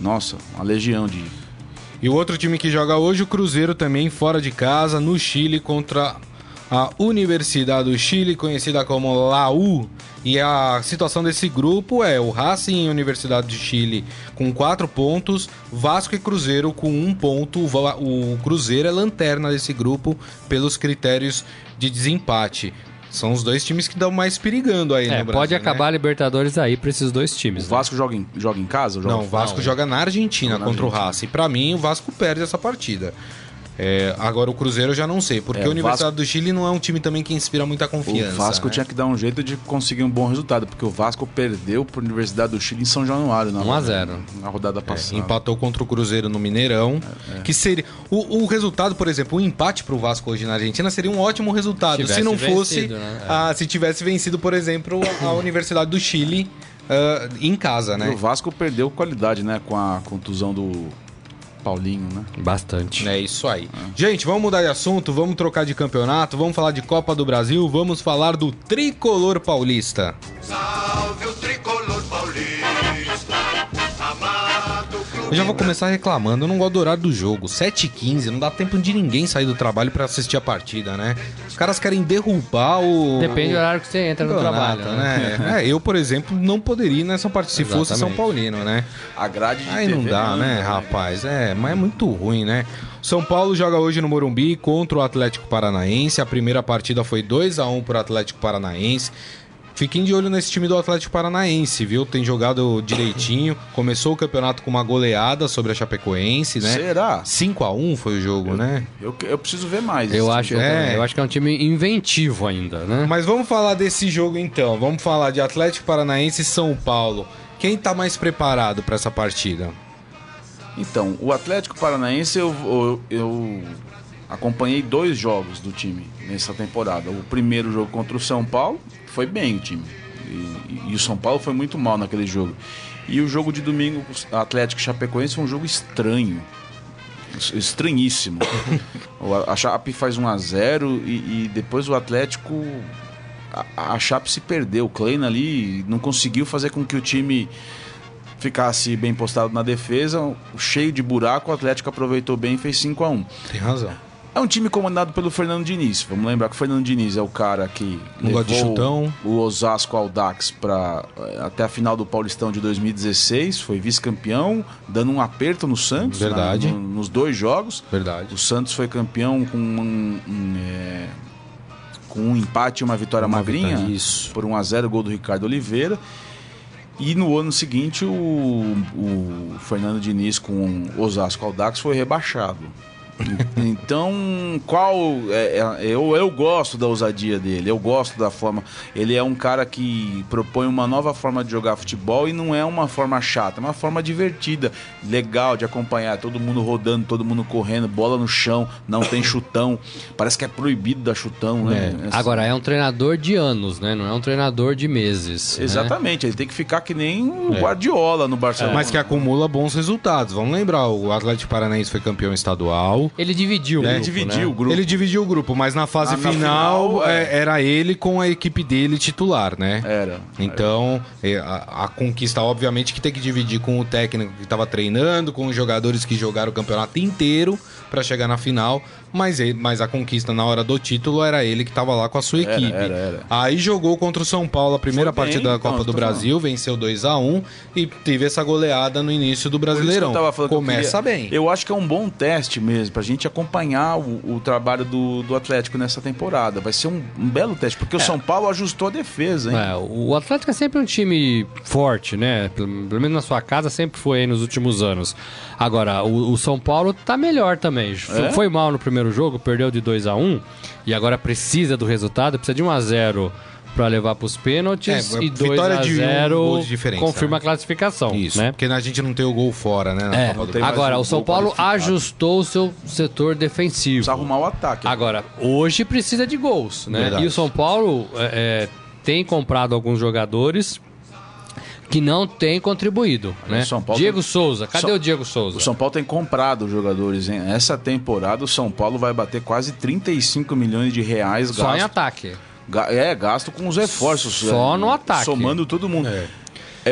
S3: Nossa, uma legião de.
S2: E o outro time que joga hoje, o Cruzeiro também, fora de casa, no Chile, contra a Universidade do Chile, conhecida como Laú. E a situação desse grupo é o Racing e Universidade do Chile com quatro pontos, Vasco e Cruzeiro com um ponto. O Va- O Cruzeiro é lanterna desse grupo pelos critérios de desempate. São os dois times que estão mais perigando aí, né?
S4: É, pode
S2: Brasil,
S4: acabar a Libertadores aí pra esses dois
S3: O
S4: times. né?
S3: Vasco joga em, joga em casa? Joga
S2: Não, o Vasco joga na Argentina
S3: é. Joga na
S2: contra o
S3: Argentina.
S2: Racing. Pra mim, o Vasco perde essa partida. É, agora o Cruzeiro eu já não sei, porque
S3: É,
S2: o
S3: o
S2: Universidade do Chile não é um time também que inspira muita
S3: O
S2: confiança.
S3: Vasco
S2: né?
S3: tinha que dar um jeito de conseguir um bom resultado, porque o Vasco perdeu para a Universidade do Chile em São Januário na,
S4: 1 a 0.
S3: na rodada
S2: Um É,
S3: passada.
S2: empatou contra o Cruzeiro no Mineirão.
S3: É,
S2: Que seria. O, o resultado, por exemplo, o empate pro Vasco hoje na Argentina seria um ótimo resultado.
S4: Tivesse
S2: se não fosse.
S4: vencido, né? É.
S2: a- se tivesse vencido, por exemplo, a
S3: (coughs)
S2: Universidade do Chile ah, em casa,
S3: E
S2: né?
S3: o Vasco perdeu qualidade, né? Com a contusão do Paulinho, né?
S4: Bastante.
S2: É isso aí. Gente, vamos mudar de assunto, vamos trocar de campeonato, vamos falar de Copa do Brasil, vamos falar do tricolor paulista.
S5: Salve o tricolor paulista, amado clube.
S2: Eu já vou começar reclamando, eu não gosto do horário do jogo. 7h15, não dá tempo de ninguém sair do trabalho pra assistir a partida, né? Os caras querem derrubar o.
S4: Depende do
S2: o
S4: horário que você entra no
S2: campeonato,
S4: trabalho, né?
S2: né? É, eu, por exemplo, não poderia ir nessa partida se fosse
S4: Exatamente.
S2: São Paulino, né?
S3: A grade de
S2: Aí
S3: TV
S2: não dá,
S3: anda,
S2: né, rapaz? É, mas é muito ruim, né? São Paulo joga hoje no Morumbi contra o Atlético Paranaense. A primeira partida foi 2 a 1 pro Atlético Paranaense. Fiquem de olho nesse time do Atlético Paranaense, viu? Tem jogado direitinho. Começou o campeonato com uma goleada sobre a Chapecoense, né?
S3: Será?
S2: 5 a 1 foi o jogo, né?
S3: Eu, eu preciso ver mais.
S4: Eu acho,
S2: É.
S4: também, eu acho que é um time inventivo ainda, né?
S2: Mas vamos falar desse jogo então. Vamos falar de Atlético Paranaense e São Paulo. Quem tá mais preparado pra essa partida?
S3: Então, o Atlético Paranaense eu, eu- eu acompanhei dois jogos do time nessa temporada. O primeiro jogo contra o São Paulo foi bem o time. E, e o São Paulo foi muito mal naquele jogo. E o jogo de domingo, o Atlético e Chapecoense, foi um jogo estranho. Es- Estranhíssimo. O- a Chape faz 1 a 0 e, e depois o Atlético. A, a Chape se perdeu. O Kleina ali não conseguiu fazer com que o time ficasse bem postado na defesa, cheio de buraco, o Atlético aproveitou bem e fez 5 a 1
S2: Tem razão.
S3: é um time comandado pelo Fernando Diniz. Vamos lembrar que o Fernando Diniz é o cara que
S2: Não Um gosta de chutão.
S3: o Osasco ao Dax pra, eh, até a final do Paulistão de 2016. Foi vice-campeão, dando um aperto no Santos. na-
S2: Verdade.
S3: no- nos dois jogos.
S2: Verdade.
S3: O Santos foi campeão com um, um, eh, com um empate e uma vitória
S2: Uma
S3: magrinha.
S2: vitória, isso.
S3: Por 1 a 0 gol do Ricardo Oliveira. E no ano seguinte, o, o Fernando Diniz com o Osasco Aldax foi
S4: (laughs)
S3: rebaixado. então, qual. é- é- eu, eu gosto da ousadia dele, eu gosto da forma. Ele é um cara que propõe uma nova forma de jogar futebol e não é uma forma chata, é uma forma divertida, legal de acompanhar. Todo mundo rodando, todo mundo correndo, bola no chão, não tem chutão. Parece que é proibido dar chutão, né? Essa-
S4: Agora, é um treinador de anos, né? Não é um treinador de meses. né? É.
S3: Exatamente, ele tem que ficar que nem o Guardiola no Barcelona.
S2: Mas que acumula bons resultados. Vamos lembrar, o Atlético Paranaense foi campeão estadual.
S4: Ele dividiu o
S3: Ele
S4: grupo,
S3: dividiu o
S4: né?
S3: grupo.
S2: Ele dividiu o grupo, mas na fase
S3: Ah, na
S2: final,
S3: final, é.
S2: é, era ele com a equipe dele titular, né?
S3: Era.
S2: Então, é, a, a conquista, obviamente, que tem que dividir com o técnico que estava treinando, com os jogadores que jogaram o campeonato inteiro para chegar na final, mas, ele- mas a conquista na hora do título era ele que estava lá com a sua
S3: Era,
S2: equipe.
S3: era, era.
S2: Aí jogou contra o São Paulo a primeira
S3: Foi bem,
S2: partida da
S3: então,
S2: Copa
S3: eu
S2: do
S3: tô
S2: Brasil, venceu 2 a 1 e teve essa goleada no início do
S3: Por isso que
S2: Brasileirão.
S3: eu tava falando que eu
S2: Começa
S3: queria-
S2: bem.
S3: Eu acho que é um bom teste mesmo, pra gente acompanhar o, o trabalho do, do Atlético nessa temporada. Vai ser um, um belo teste, porque o São Paulo ajustou a defesa, hein?
S4: É, o Atlético é sempre um time forte, né? Pelo, pelo menos na sua casa sempre foi aí nos últimos anos. Agora, o, o São Paulo tá melhor também. F-
S3: É?
S4: Foi mal no primeiro jogo, perdeu de 2 a 1 e agora precisa do resultado, precisa de 1 a 0 para levar para os pênaltis
S2: É,
S4: e 2
S2: vitória
S4: a
S2: de um
S4: 0
S2: gol de diferença, né?
S4: confirma a classificação,
S2: Isso,
S4: né?
S2: porque a gente não tem o gol fora, né? na
S4: É,
S2: Copa do
S3: tem mais
S4: agora,
S3: um
S4: o São
S3: gol
S4: Paulo
S3: qualificado.
S4: ajustou o seu setor defensivo.
S3: Precisa arrumar o ataque.
S4: Tá. Agora, hoje precisa de gols, né?
S2: Verdade.
S4: E o São Paulo é, é, tem comprado alguns jogadores que não têm contribuído, né?
S3: São Paulo
S4: Diego
S3: tem-
S4: Souza, cadê
S3: São-
S4: o Diego Souza?
S3: O São Paulo tem comprado os jogadores, hein? Essa temporada o São Paulo vai bater quase 35 milhões de reais
S4: Só em
S3: gasto.
S4: ataque.
S3: Ga- É, gasto com os reforços.
S4: Só
S3: é,
S4: no ataque.
S3: Somando todo mundo. É.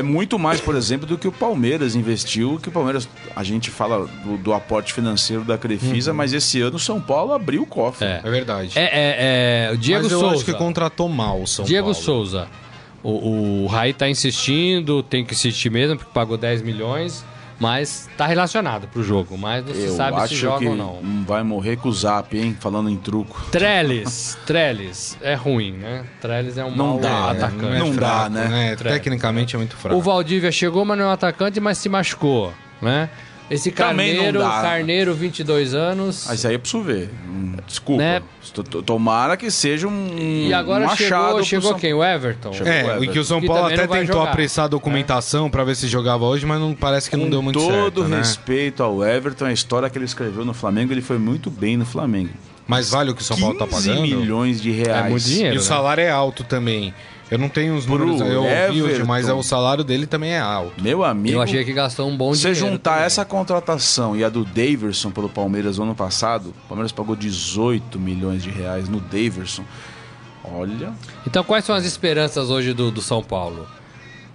S3: muito mais, por exemplo, do que o Palmeiras investiu, que o Palmeiras, a gente fala do, do aporte financeiro da Crefisa, mas esse ano o São Paulo abriu o cofre.
S4: Uhum. É.
S2: É verdade.
S4: É, é, é, o Diego
S2: mas eu
S4: Souza.
S2: acho que contratou mal o São
S4: Diego
S2: Paulo. né?
S4: Souza. O, o Raí tá insistindo, tem que insistir mesmo, porque pagou 10 milhões, mas tá relacionado pro jogo, mas não se
S3: Eu
S4: sabe se
S3: acho
S4: joga
S3: que um
S4: ou não.
S3: vai morrer com o Zap, hein? Falando em truco.
S4: Trellis, Trellis é ruim, né? Trellis é um
S3: Não
S4: mau
S3: dá,
S2: Ah,
S3: né?
S4: atacante.
S3: Não dá, né?
S4: Fraco.
S2: Tecnicamente é muito fraco.
S4: O Valdívia chegou, mas não é um atacante, mas se machucou, né? Esse
S3: Também
S4: Carneiro,
S3: não dá.
S4: Carneiro, 22 anos.
S3: Mas aí é pra você ver. Hum, Desculpa.
S4: Né?
S3: T- t- Tomara que seja um.
S4: e agora
S3: um achado
S4: chegou,
S3: pro
S4: chegou
S3: São-
S4: quem? O Everton?
S3: Chegou.
S2: É,
S3: Everton.
S2: e que o São
S4: Que
S2: Paulo
S4: também
S2: até
S4: não vai
S2: tentou
S4: jogar. É.
S2: apressar a documentação pra ver se jogava hoje, mas não parece que não
S3: Com
S2: deu muito certo,
S3: todo
S2: né?
S3: respeito ao Everton, a história que ele escreveu no Flamengo, ele foi muito bem no Flamengo.
S2: Mas vale o que o São Paulo tá
S3: 15
S2: pagando?
S3: milhões de reais.
S4: É muito
S2: E
S4: dinheiro.
S2: o
S4: né?
S2: salário é alto também. Eu não tenho os
S3: Pro
S2: números, eu ouvi hoje,
S3: Everton.
S2: mas é o salário dele também é alto.
S3: Meu amigo.
S4: Eu achei que gastou um bom
S3: Você
S4: dinheiro.
S3: juntar
S4: também.
S3: essa contratação e a do Daverson pelo Palmeiras no ano passado, o Palmeiras pagou 18 milhões de reais no Daverson. Olha,
S4: Então, quais são as esperanças hoje do, do São Paulo?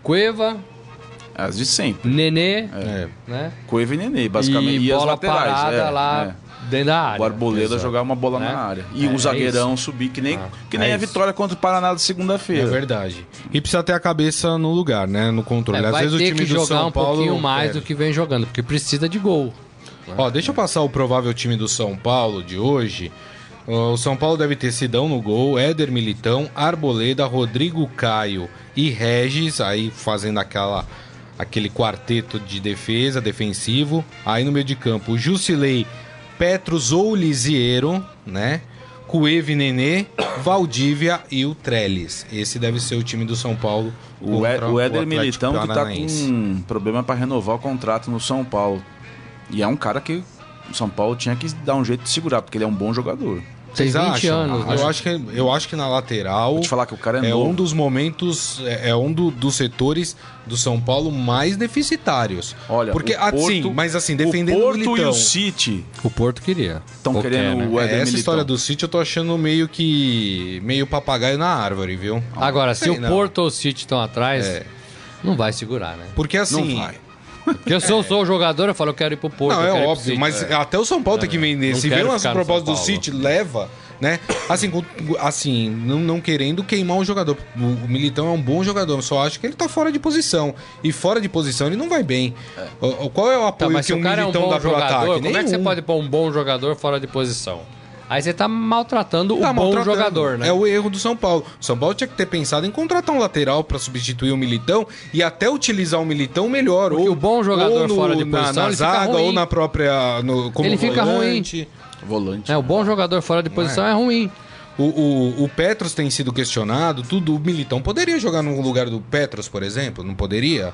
S4: Cueva,
S3: as de sempre.
S4: Nenê,
S2: É.
S4: né?
S3: Coeva e Nenê, basicamente.
S4: E,
S3: E, as
S4: bola
S3: laterais.
S4: parada
S3: é,
S4: lá
S3: é.
S4: dentro da área.
S3: O Arboleda
S4: Exato.
S3: jogar uma bola
S4: Né?
S3: na área. E
S4: É, Ah, é
S3: o zagueirão subir, que nem, que nem
S2: é
S3: a
S2: isso.
S3: vitória contra o Paraná de
S2: É
S3: segunda-feira.
S2: verdade. E precisa ter a cabeça no lugar, né? No controle.
S4: É,
S2: Às
S4: vai
S2: vezes o
S4: ter
S2: time
S4: que
S2: do
S4: jogar
S2: São
S4: um
S2: Paulo. é.
S4: pouquinho mais
S2: perde.
S4: do que vem jogando, porque precisa de gol.
S2: Ó, deixa eu passar o provável time do São Paulo de hoje. Ó, O São Paulo deve ter Sidão no gol, Éder Militão, Arboleda, Rodrigo Caio e Regis, aí fazendo aquela aquele quarteto de defesa, defensivo. Aí no meio de campo, Jusilei, Petros ou Lisiero, né? Cueve Nenê, Valdívia e o Trellis. Esse deve ser o time do São Paulo.
S3: O, é,
S2: contra
S3: o Éder
S2: Atlético
S3: Militão que tá
S2: Paranaense.
S3: com problema para renovar o contrato no São Paulo. E é um cara que o São Paulo tinha que dar um jeito de segurar, porque ele é um bom jogador.
S4: Tem
S2: Vocês
S4: 20
S2: acham?
S4: anos. né?
S2: Eu acho, que, eu acho que na lateral.
S3: Vou te falar que o cara é,
S2: É
S3: novo.
S2: um dos momentos, é é um do- dos setores do São Paulo mais deficitários.
S3: Olha,
S2: porque
S3: o Porto-
S2: assim, mas assim, defendendo
S3: o
S2: o,
S3: Porto
S2: Militão.
S3: e o City
S4: O Porto queria.
S3: estão
S4: Ou quer,
S3: querendo
S4: né?
S3: o
S2: É,
S3: Éder
S2: essa
S3: Militão.
S2: história do City eu tô achando meio que meio papagaio na árvore, viu?
S4: Agora, se
S2: Sei
S4: o
S2: não.
S4: Porto ou o City estão atrás,
S2: É.
S4: não vai segurar, né?
S2: Porque assim,
S3: Não vai.
S4: Porque eu sou, sou o jogador, eu falo, eu quero ir pro Porto.
S2: Não,
S4: eu quero ir
S2: é
S4: pro
S2: óbvio,
S4: City.
S2: mas até o São Paulo tem que vender.
S4: Não
S2: Se vê
S4: quero
S2: umas
S4: ficar no São
S2: propostas do
S4: Paulo.
S2: City, leva, né? Assim, com- assim não, não querendo queimar o jogador. O, o Militão é um bom jogador, só acho que ele tá fora de posição. E fora de posição ele não vai bem. O- o- qual é o
S4: Tá,
S2: apoio
S4: mas
S2: que
S4: se
S2: um
S4: o cara é um
S2: Militão
S4: bom
S2: dá pro
S4: jogador,
S2: ataque?
S4: como é que você
S2: Nenhum.
S4: pode pôr um bom jogador fora de posição? Aí você tá maltratando
S2: Tá
S4: o bom
S2: maltratando.
S4: jogador, né?
S2: É o erro do São Paulo. O São Paulo tinha que ter pensado em contratar um lateral pra substituir o Militão e até utilizar o Militão melhor.
S4: Porque o bom jogador fora de
S2: na,
S4: posição,
S2: na
S4: ele fica
S2: zaga
S4: ruim.
S2: ou na própria no, como
S4: Ele fica
S2: volante.
S3: Volante.
S4: É, o bom jogador fora de posição é, ruim.
S2: O, o, o Petros tem sido questionado, tudo. O Militão poderia jogar no lugar do Petros, por exemplo? Não poderia?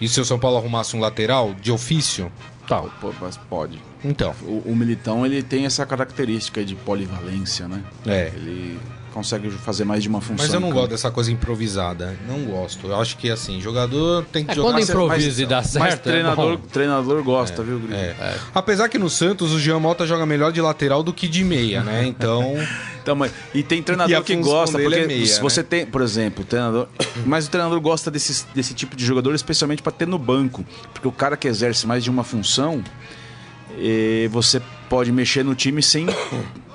S2: E se o São Paulo arrumasse um lateral de ofício?
S4: Tal.
S3: Pô, mas pode.
S2: Então.
S3: O, o Militão, ele tem essa característica de polivalência, né?
S2: É.
S3: Ele consegue fazer mais de uma função.
S2: Mas eu não
S3: cara.
S2: gosto dessa coisa improvisada. Não gosto. Eu acho que, assim, jogador tem que
S4: É,
S2: jogar...
S4: quando
S2: certo-
S4: improvisa e
S2: mas-
S4: dá certo,
S3: Mas treinador,
S4: é bom.
S3: treinador gosta, viu, Grilo?
S2: É. Apesar que no Santos o Jean Mota joga melhor de lateral do que de meia, né?
S4: (laughs)
S2: Então...
S3: Então, mas, e tem
S2: E a
S3: treinador que
S2: função
S3: gosta,
S2: dele
S3: porque
S2: é meia,
S3: se
S2: né?
S3: você tem, por exemplo, o treinador. (coughs) Mas o treinador gosta desse, desse tipo de jogador, especialmente para ter no banco. Porque o cara que exerce mais de uma função, eh, você pode mexer no time sem (coughs)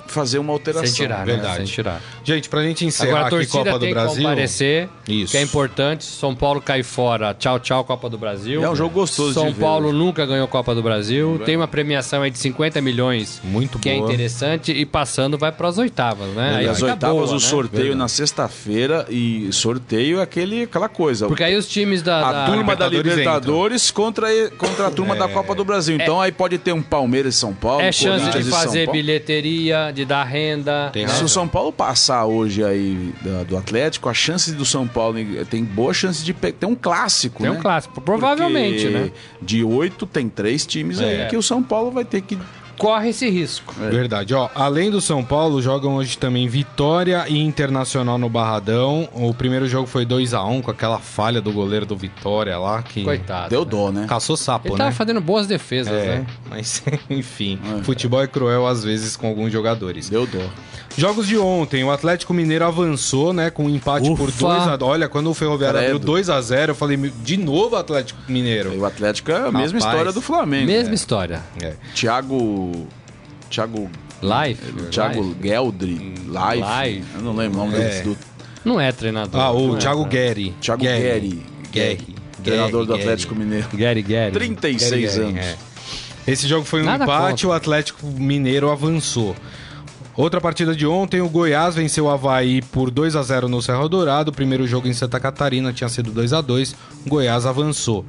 S3: fazer uma alteração.
S4: Sem tirar, né?
S2: verdade.
S4: Sem tirar.
S2: Gente, pra gente encerrar
S4: Agora a
S2: aqui
S4: torcida
S2: Copa
S4: tem
S2: do Brasil...
S4: que comparecer,
S2: Isso.
S4: que é importante. São Paulo cai fora. Tchau, tchau, Copa do Brasil.
S3: É um jogo gostoso de
S4: São
S3: ver,
S4: Paulo
S3: né?
S4: nunca ganhou Copa do Brasil. Tem uma premiação aí de 50 milhões.
S2: Muito
S4: Que é
S2: boa.
S4: interessante. E passando vai para as oitavas, né?
S3: E
S4: Aí
S3: É, as
S4: fica
S3: oitavas,
S4: boa,
S3: o
S4: né?
S3: sorteio na sexta-feira e sorteio é aquele, aquela coisa.
S4: Porque aí os times da...
S3: a
S4: da-
S3: turma da
S2: Libertadores
S3: Libertadores contra, e- contra a turma da Copa do Brasil. Então aí pode ter um Palmeiras e São Paulo.
S4: É chance
S3: Corinthians
S4: de
S3: e São
S4: fazer
S3: Paulo.
S4: bilheteria, de dar renda. né?
S2: Tem
S3: Se
S2: razão.
S3: o São Paulo passar hoje aí da- do Atlético, a chance do São Paulo em- tem boa chance de pe- ter um clássico,
S4: Tem
S3: né?
S4: um clássico, provavelmente,
S3: Porque
S4: né?
S3: De oito tem três times
S2: É.
S3: aí que o São Paulo vai ter que.
S4: Corre esse risco.
S2: Verdade, ó. Além do São Paulo, jogam hoje também Vitória e Internacional no Barradão. O primeiro jogo foi 2 a 1 com aquela falha do goleiro do Vitória lá que
S4: Coitado.
S3: Deu
S4: né?
S3: dó, né?
S2: caçou sapo,
S4: Ele
S2: né?
S4: tava fazendo boas defesas,
S2: É,
S4: né?
S2: mas (laughs) enfim, futebol é cruel às vezes com alguns jogadores.
S3: Deu dó.
S2: Jogos de ontem, o Atlético Mineiro avançou, né, com um empate por
S4: Ufa.
S2: 2 a Olha, quando o Ferroviário abriu
S3: Credo.
S2: 2 a 0, eu falei, "Meu, de novo Atlético
S3: E
S2: Mineiro.
S3: o Atlético é a mesma
S2: Rapaz.
S3: história do Flamengo. né?
S4: Mesma história.
S2: É.
S3: Thiago. Thiago.
S4: Live.
S3: Thiago
S4: Live.
S3: Geldri.
S4: Hum,
S3: Live.
S4: Live.
S3: Eu não lembro o nome
S2: É.
S3: do. do
S4: Não é treinador.
S2: Ah, o
S4: Não é,
S2: Thiago
S4: né?
S2: Guerri.
S3: Thiago Guerri.
S2: Guerri.
S3: Treinador do
S2: Guerri.
S3: Atlético Mineiro.
S4: Guerri, Guerri.
S3: 36
S2: Guerri,
S3: anos.
S2: é. Esse jogo foi um
S4: Nada
S2: empate,
S4: contra.
S2: o Atlético Mineiro avançou. Outra partida de ontem, o Goiás venceu o Havaí por 2 a 0 no Cerro Dourado. O primeiro jogo em Santa Catarina tinha sido 2 a 2 o Goiás avançou.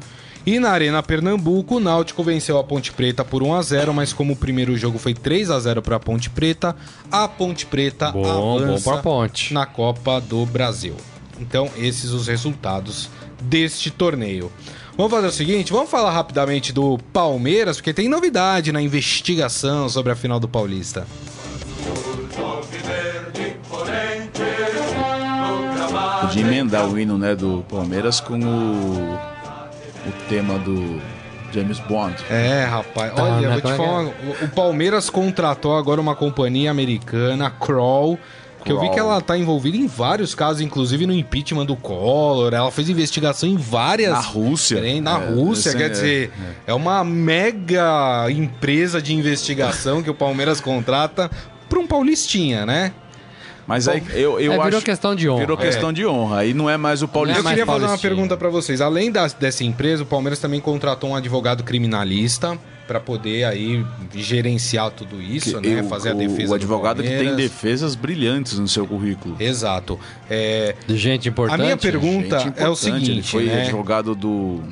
S2: E na Arena Pernambuco, o Náutico venceu a Ponte Preta por 1 a 0 mas como o primeiro jogo foi 3 a 0 para a Ponte Preta, a Ponte Preta
S4: Bom, bom
S2: avança
S4: pra Ponte.
S2: na Copa do Brasil. Então, esses os resultados deste torneio. Vamos fazer o seguinte, vamos falar rapidamente do Palmeiras, porque tem novidade na investigação sobre a final do Paulista.
S3: Podia emendar o hino né, do Palmeiras com o, o tema do James Bond.
S2: É, rapaz.
S4: Tá,
S2: Olha,
S4: né?
S2: vou te
S4: Como é
S2: falar. o- O Palmeiras contratou agora uma companhia americana, a Kroll. Que eu vi
S3: Kroll.
S2: que ela tá envolvida em vários casos, inclusive no impeachment do Collor. Ela fez investigação em várias.
S3: Na Rússia.
S2: frentes, Na
S3: É,
S2: Rússia,
S3: esse
S2: quer
S3: é-
S2: dizer, é. uma mega empresa de investigação que o Palmeiras contrata pra um paulistinha, né?
S3: Mas aí eu, eu
S4: É, virou
S3: acho.
S4: questão de honra.
S3: Virou questão de honra. Aí não é mais o
S4: Não
S2: eu
S4: é mais
S3: Paulista.
S2: queria fazer uma
S4: paulistinha.
S2: pergunta pra vocês. Além das- dessa empresa, o Palmeiras também contratou um advogado criminalista pra poder aí gerenciar tudo
S3: que
S2: isso, né?
S3: eu-
S2: Fazer a
S3: o-
S2: defesa.
S3: O
S2: do
S3: advogado que tem
S2: Palmeiras.
S3: defesas brilhantes no seu currículo.
S2: Exato. É,
S4: De gente importante.
S2: a minha pergunta
S3: Gente
S2: é o
S3: importante, Ele
S2: seguinte,
S3: foi
S2: né?
S3: advogado do.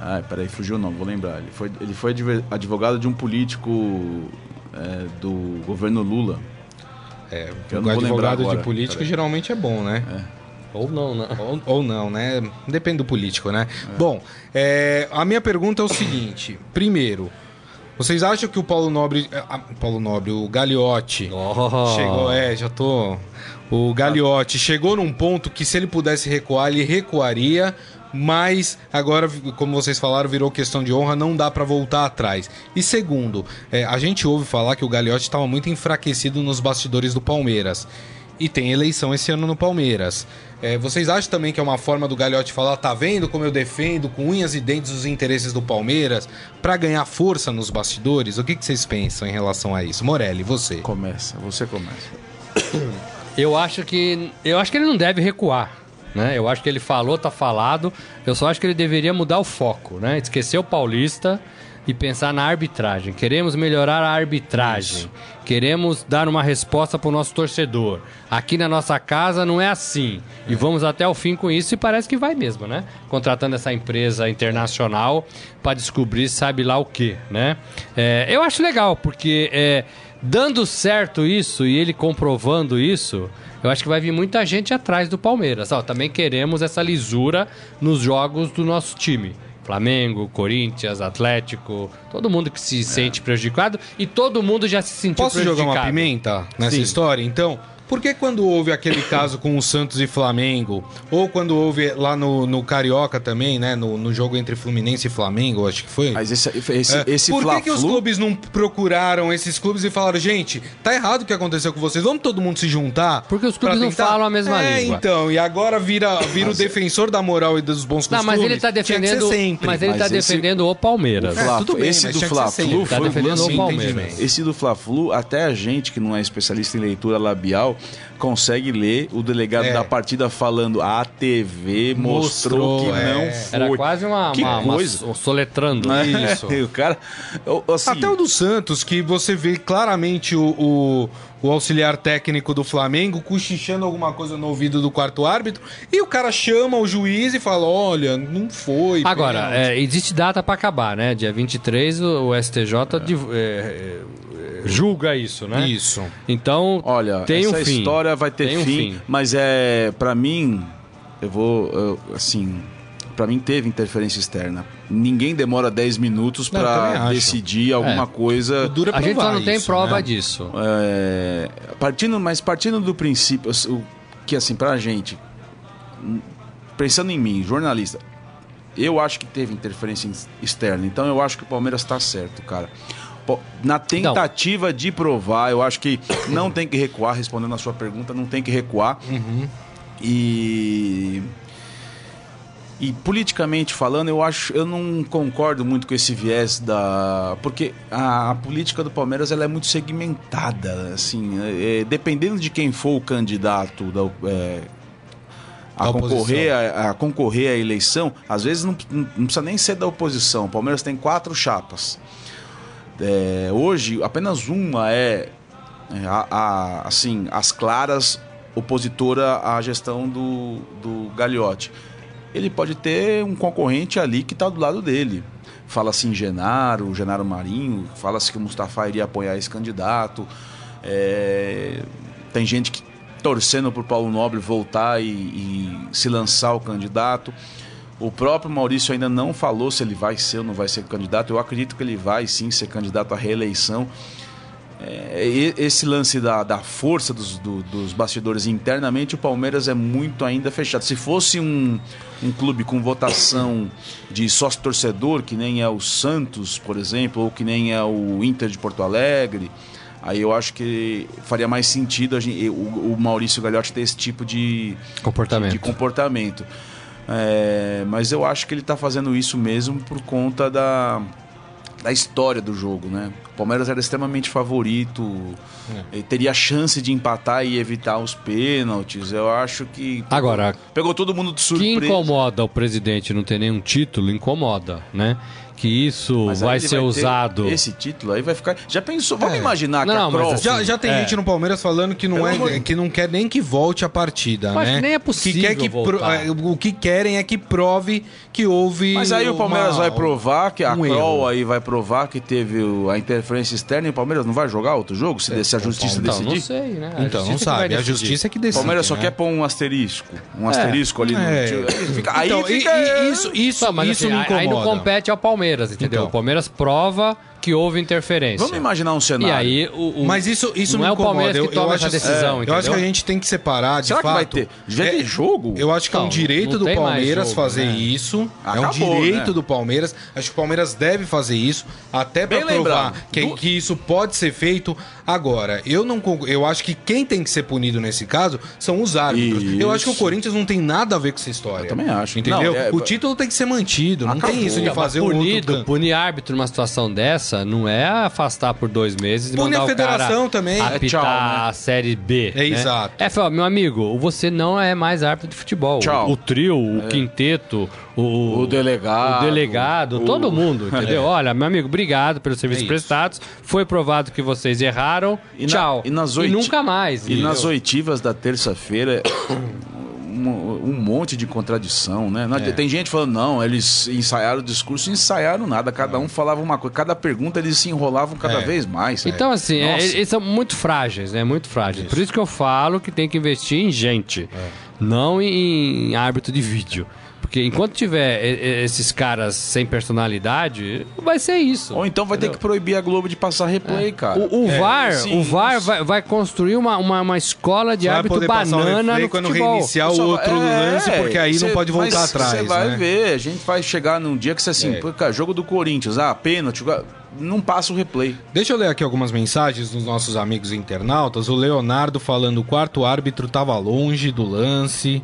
S3: Ai, peraí, fugiu o nome, vou lembrar. Ele foi, ele foi adver- advogado de um político é, do governo Lula.
S2: É,
S3: Eu
S2: o
S3: não vou lembrar
S2: advogado
S3: agora.
S2: de político
S3: Peraí.
S2: geralmente é bom, né?
S4: Ou não, né?
S2: Ou, ou não, né? Depende do político, né? Bom, é, a minha pergunta é o seguinte: primeiro, vocês acham que o Paulo Nobre. ah, Paulo Nobre, o Gagliotti.
S4: Oh.
S2: Chegou, é, já tô. O Gagliotti chegou num ponto que se ele pudesse recuar, ele recuaria, mas agora, como vocês falaram, virou questão de honra, não dá pra voltar atrás. E segundo, é, a gente ouve falar que o Gagliotti estava muito enfraquecido nos bastidores do Palmeiras. E tem eleição esse ano no Palmeiras. É, vocês acham também que é uma forma do Gagliotti falar, tá vendo como eu defendo com unhas e dentes os interesses do Palmeiras pra ganhar força nos bastidores? O que, que vocês pensam em relação a isso? Morelli, você.
S3: Começa, você começa.
S4: Eu acho que. Eu acho que ele não deve recuar. Né? Eu acho que ele falou, tá falado. Eu só acho que ele deveria mudar o foco, né? Esquecer o paulista e pensar na arbitragem. Queremos melhorar a arbitragem. Queremos dar uma resposta pro nosso torcedor. Aqui na nossa casa não é assim. E vamos até o fim com isso e parece que vai mesmo, né? Contratando essa empresa internacional para descobrir sabe lá o que, né? É, eu acho legal, porque é, dando certo isso e ele comprovando isso, eu acho que vai vir muita gente atrás do Palmeiras. Ó, também queremos essa lisura nos jogos do nosso time. Flamengo, Corinthians, Atlético, todo mundo que se sente prejudicado e todo mundo já se sentiu
S2: É. Posso jogar uma
S4: prejudicado.
S2: pimenta nessa
S4: Sim.
S2: história? Então, por que quando houve
S4: (coughs)
S2: aquele caso com o Santos e Flamengo, ou quando houve lá no, no Carioca também, né? No, no jogo entre Fluminense e Flamengo, acho que foi.
S3: Mas esse, esse,
S2: É,
S3: esse
S2: Por que, que os
S3: Fla-Flu-
S2: clubes não procuraram esses clubes e falaram, gente, tá errado o que aconteceu com vocês, vamos todo mundo se juntar?
S4: Porque os
S2: pra
S4: clubes não
S2: tentar?"
S4: falam a mesma
S2: é,
S4: língua.
S2: então, e agora vira, vira
S3: é-
S2: o defensor da moral e dos bons
S4: Não,
S2: costumes.
S4: mas ele tá
S2: Tinha que ser
S4: defendendo,
S2: sempre.
S4: mas ele
S3: Mas
S4: tá
S3: esse-
S4: defendendo o Palmeiras.
S2: É,
S3: Fla-
S2: tudo bem,
S3: esse
S2: mas
S3: do
S2: tinha que ser
S3: Fla-Flu
S2: sempre.
S3: foi
S4: um lance de
S2: Palmeiras.
S4: entendimento.
S3: Esse do Fla-Flu, até a gente que não é especialista em leitura labial, consegue ler o delegado
S2: É.
S3: da partida falando a TV mostrou,
S2: Mostrou,
S3: que
S2: é.
S3: não foi.
S4: Era quase uma,
S3: Que
S4: uma, uma
S3: coisa. né?
S4: so- soletrando.
S2: É.
S3: (laughs)
S4: Isso.
S3: o cara... o- assim,
S2: Até o do Santos, que você vê claramente o, o, o auxiliar técnico do Flamengo cochichando alguma coisa no ouvido do quarto árbitro, e o cara chama o juiz e fala: olha, não foi.
S4: (laughs) Agora,
S2: pênalti."
S4: é, existe data para acabar, né? Dia 23 o, o STJ div- é, é, julga isso, né?
S2: Isso.
S4: Então,
S3: Olha,
S4: tem
S3: essa
S4: um fim.
S3: história vai ter
S4: Tem
S3: fim,
S4: um
S3: mas é para mim, eu vou eu, assim, para mim teve interferência externa. Ninguém demora 10 minutos
S2: Não, eu também
S3: para
S2: acho.
S3: decidir
S4: É.
S3: alguma coisa.
S2: Dura
S4: A gente só
S2: provar
S4: não tem
S2: isso,
S4: prova
S2: né?
S4: disso.
S3: É, partindo, mas partindo do princípio o que assim pra gente, hum, pensando em mim, jornalista, eu acho que teve interferência ex- externa. Então eu acho que o Palmeiras tá certo, cara. Po- Na tentativa de provar, eu acho que não tem que recuar, respondendo a sua pergunta, não tem que recuar. E e politicamente falando, eu acho, eu não concordo muito com esse viés da, porque a, a política do Palmeiras ela é muito segmentada, assim, é, é, dependendo de quem for o candidato da, é, a
S2: Da oposição.
S3: concorrer a, a concorrer à eleição, às vezes não, não precisa nem ser da oposição. O Palmeiras tem quatro chapas. É, hoje apenas uma é, é, a, a- assim as claras opositora à gestão do, do Gagliotti. Ele pode ter um concorrente ali que está do lado dele. Fala-se em Genaro, Genaro Marinho, fala-se que o Mustafa iria apoiar esse candidato. É, tem gente que torcendo para o Paulo Nobre voltar e, e se lançar o candidato. O próprio Maurício ainda não falou se ele vai ser ou não vai ser candidato. Eu acredito que ele vai sim ser candidato à reeleição. É, e- esse lance da, da força dos, do- dos bastidores internamente, o Palmeiras é muito ainda fechado. Se fosse um, um clube com votação de sócio-torcedor, que nem é o Santos, por exemplo, ou que nem é o Inter de Porto Alegre, aí eu acho que faria mais sentido a gen- o, o Maurício Gagliotti ter esse tipo de,
S4: Comportamento.
S3: de comportamento. É, mas eu acho que ele está fazendo isso mesmo por conta da, da história do jogo, né? O Palmeiras era extremamente favorito,
S4: É.
S3: ele teria chance de empatar e evitar os pênaltis. Eu acho que
S4: Agora,
S3: pegou todo mundo de
S4: que
S3: surpresa.
S4: incomoda o presidente não ter nenhum título, incomoda, né? Que isso
S3: Mas aí
S4: vai
S3: ele
S4: ser
S3: ter
S4: usado.
S3: Esse título aí vai ficar. Já pensou? Vamos imaginar que
S4: Não,
S3: a
S4: mas
S3: Kroos-
S4: assim,
S2: Já, já tem
S4: É.
S2: gente no Palmeiras falando que não,
S3: Pelo amor
S2: é,
S3: de-
S2: que não quer nem que volte a partida,
S4: Eu acho
S2: né?
S4: que nem
S2: Que
S4: é
S2: quer
S4: possível
S2: que pro-
S4: voltar.
S2: eh, o que querem é que prove que houve.
S3: Mas aí o Palmeiras
S2: uma-
S3: vai provar que a
S2: um
S3: Kroll
S2: erro.
S3: aí vai provar que teve o- a interferência externa e o Palmeiras não vai jogar outro jogo se, der- se a justiça
S4: então,
S3: decidir.
S4: não sei, né? A
S2: Então, não
S4: justiça que vai
S2: sabe. A
S4: decidir.
S2: justiça é que
S3: O
S2: decide.
S3: Palmeiras só
S2: né?
S3: quer pôr um asterisco. Um asterisco ali no.
S2: É.
S3: tio. Aí
S2: (laughs)
S3: fica- aí
S2: Então, e-
S3: fica- é,
S2: e isso, isso,
S4: Não, mas
S2: isso
S4: assim,
S2: me
S4: aí- aí
S2: incomoda.
S4: não compete ao Palmeiras, entendeu?
S2: Então.
S4: O Palmeiras prova que houve interferência.
S3: Vamos imaginar um
S4: E
S3: cenário.
S4: aí o, o-
S2: Mas isso, isso
S4: não
S2: me
S4: é o
S2: incomoda.
S4: Palmeiras
S2: eu,
S4: que toma
S2: eu
S4: essa
S2: acho, assim,
S4: decisão,
S2: Eu acho que a
S4: entendeu?
S2: gente tem que separar, de
S3: Será que
S2: fato.
S3: vai ter? Já
S2: É-
S3: ter jogo?
S2: Eu acho que é
S4: Não,
S2: um direito
S4: não
S2: do
S4: tem mais
S2: Palmeiras
S4: jogo,
S2: fazer
S4: né?
S2: isso. é um
S3: Acabou,
S2: direito
S3: né?
S2: do Palmeiras. Acho que o Palmeiras deve fazer isso, até para
S3: Bem
S2: provar
S3: lembrado.
S2: que,
S3: Du-
S2: que isso pode ser feito. Agora, eu não con- eu acho que quem tem que ser punido nesse caso são os árbitros. Eu acho que o
S3: Isso.
S2: Corinthians não tem nada a ver com essa história. Eu
S3: também acho.
S2: Entendeu?
S3: Não, é-
S2: O título tem que ser mantido. Não
S3: Acabou.
S2: tem isso de
S3: Não,
S4: Mas
S2: fazer o
S4: punido,
S2: outro... can-
S4: punir árbitro numa situação dessa não é afastar por dois meses e
S2: Pune
S4: mandar
S2: a
S4: o
S2: federação
S4: cara
S2: também.
S4: apitar
S3: É, tchau, né?
S4: a série B.
S2: É,
S4: né?
S2: exato.
S4: É, falar, meu amigo, você não é mais árbitro de futebol.
S3: Tchau. É.
S4: O trio, o quinteto, o,
S3: O delegado.
S4: o delegado,
S3: O- É.
S4: todo mundo,
S3: (laughs)
S4: entendeu? Olha, meu amigo, obrigado pelos serviços
S2: É isso.
S4: prestados. Foi provado que vocês erraram.
S3: E na-
S4: Tchau.
S3: e nas oiti-
S4: nunca mais.
S3: E
S4: entendeu?
S3: nas oitivas da terça-feira, (coughs) um, um monte de contradição, né?
S2: É.
S3: Não adi- Tem gente falando, não, eles ensaiaram o discurso, ensaiaram nada. Cada um falava uma coisa. Cada pergunta eles se enrolavam cada
S2: É.
S3: vez mais.
S4: Então, assim, é,
S3: Nossa.
S4: eles são muito frágeis, né? Muito frágeis. Por isso que eu falo que tem que investir em gente,
S2: É.
S4: não em, em árbitro de vídeo. Porque enquanto tiver e- e- esses caras sem personalidade, vai ser isso.
S3: Ou então vai ter que proibir a Globo de passar replay, cara.
S4: O, o
S2: É,
S4: VAR,
S3: sim,
S4: o VAR vai, vai construir uma, uma, uma escola de
S2: Vai
S4: árbitro
S2: poder passar o
S4: banana
S2: replay
S4: no
S2: quando
S4: futebol.
S2: reiniciar o
S3: Só-
S2: outro
S3: é,
S2: lance, porque aí não
S3: cê-
S2: pode voltar
S3: mas Você
S2: atrás.
S3: vai
S2: né?
S3: ver, a gente vai chegar num dia que você assim,
S2: É.
S3: pô, cara, jogo do Corinthians, ah, pênalti, não passa o replay.
S2: Deixa eu ler aqui algumas mensagens dos nossos amigos internautas. O Leonardo falando o quarto árbitro estava longe do lance.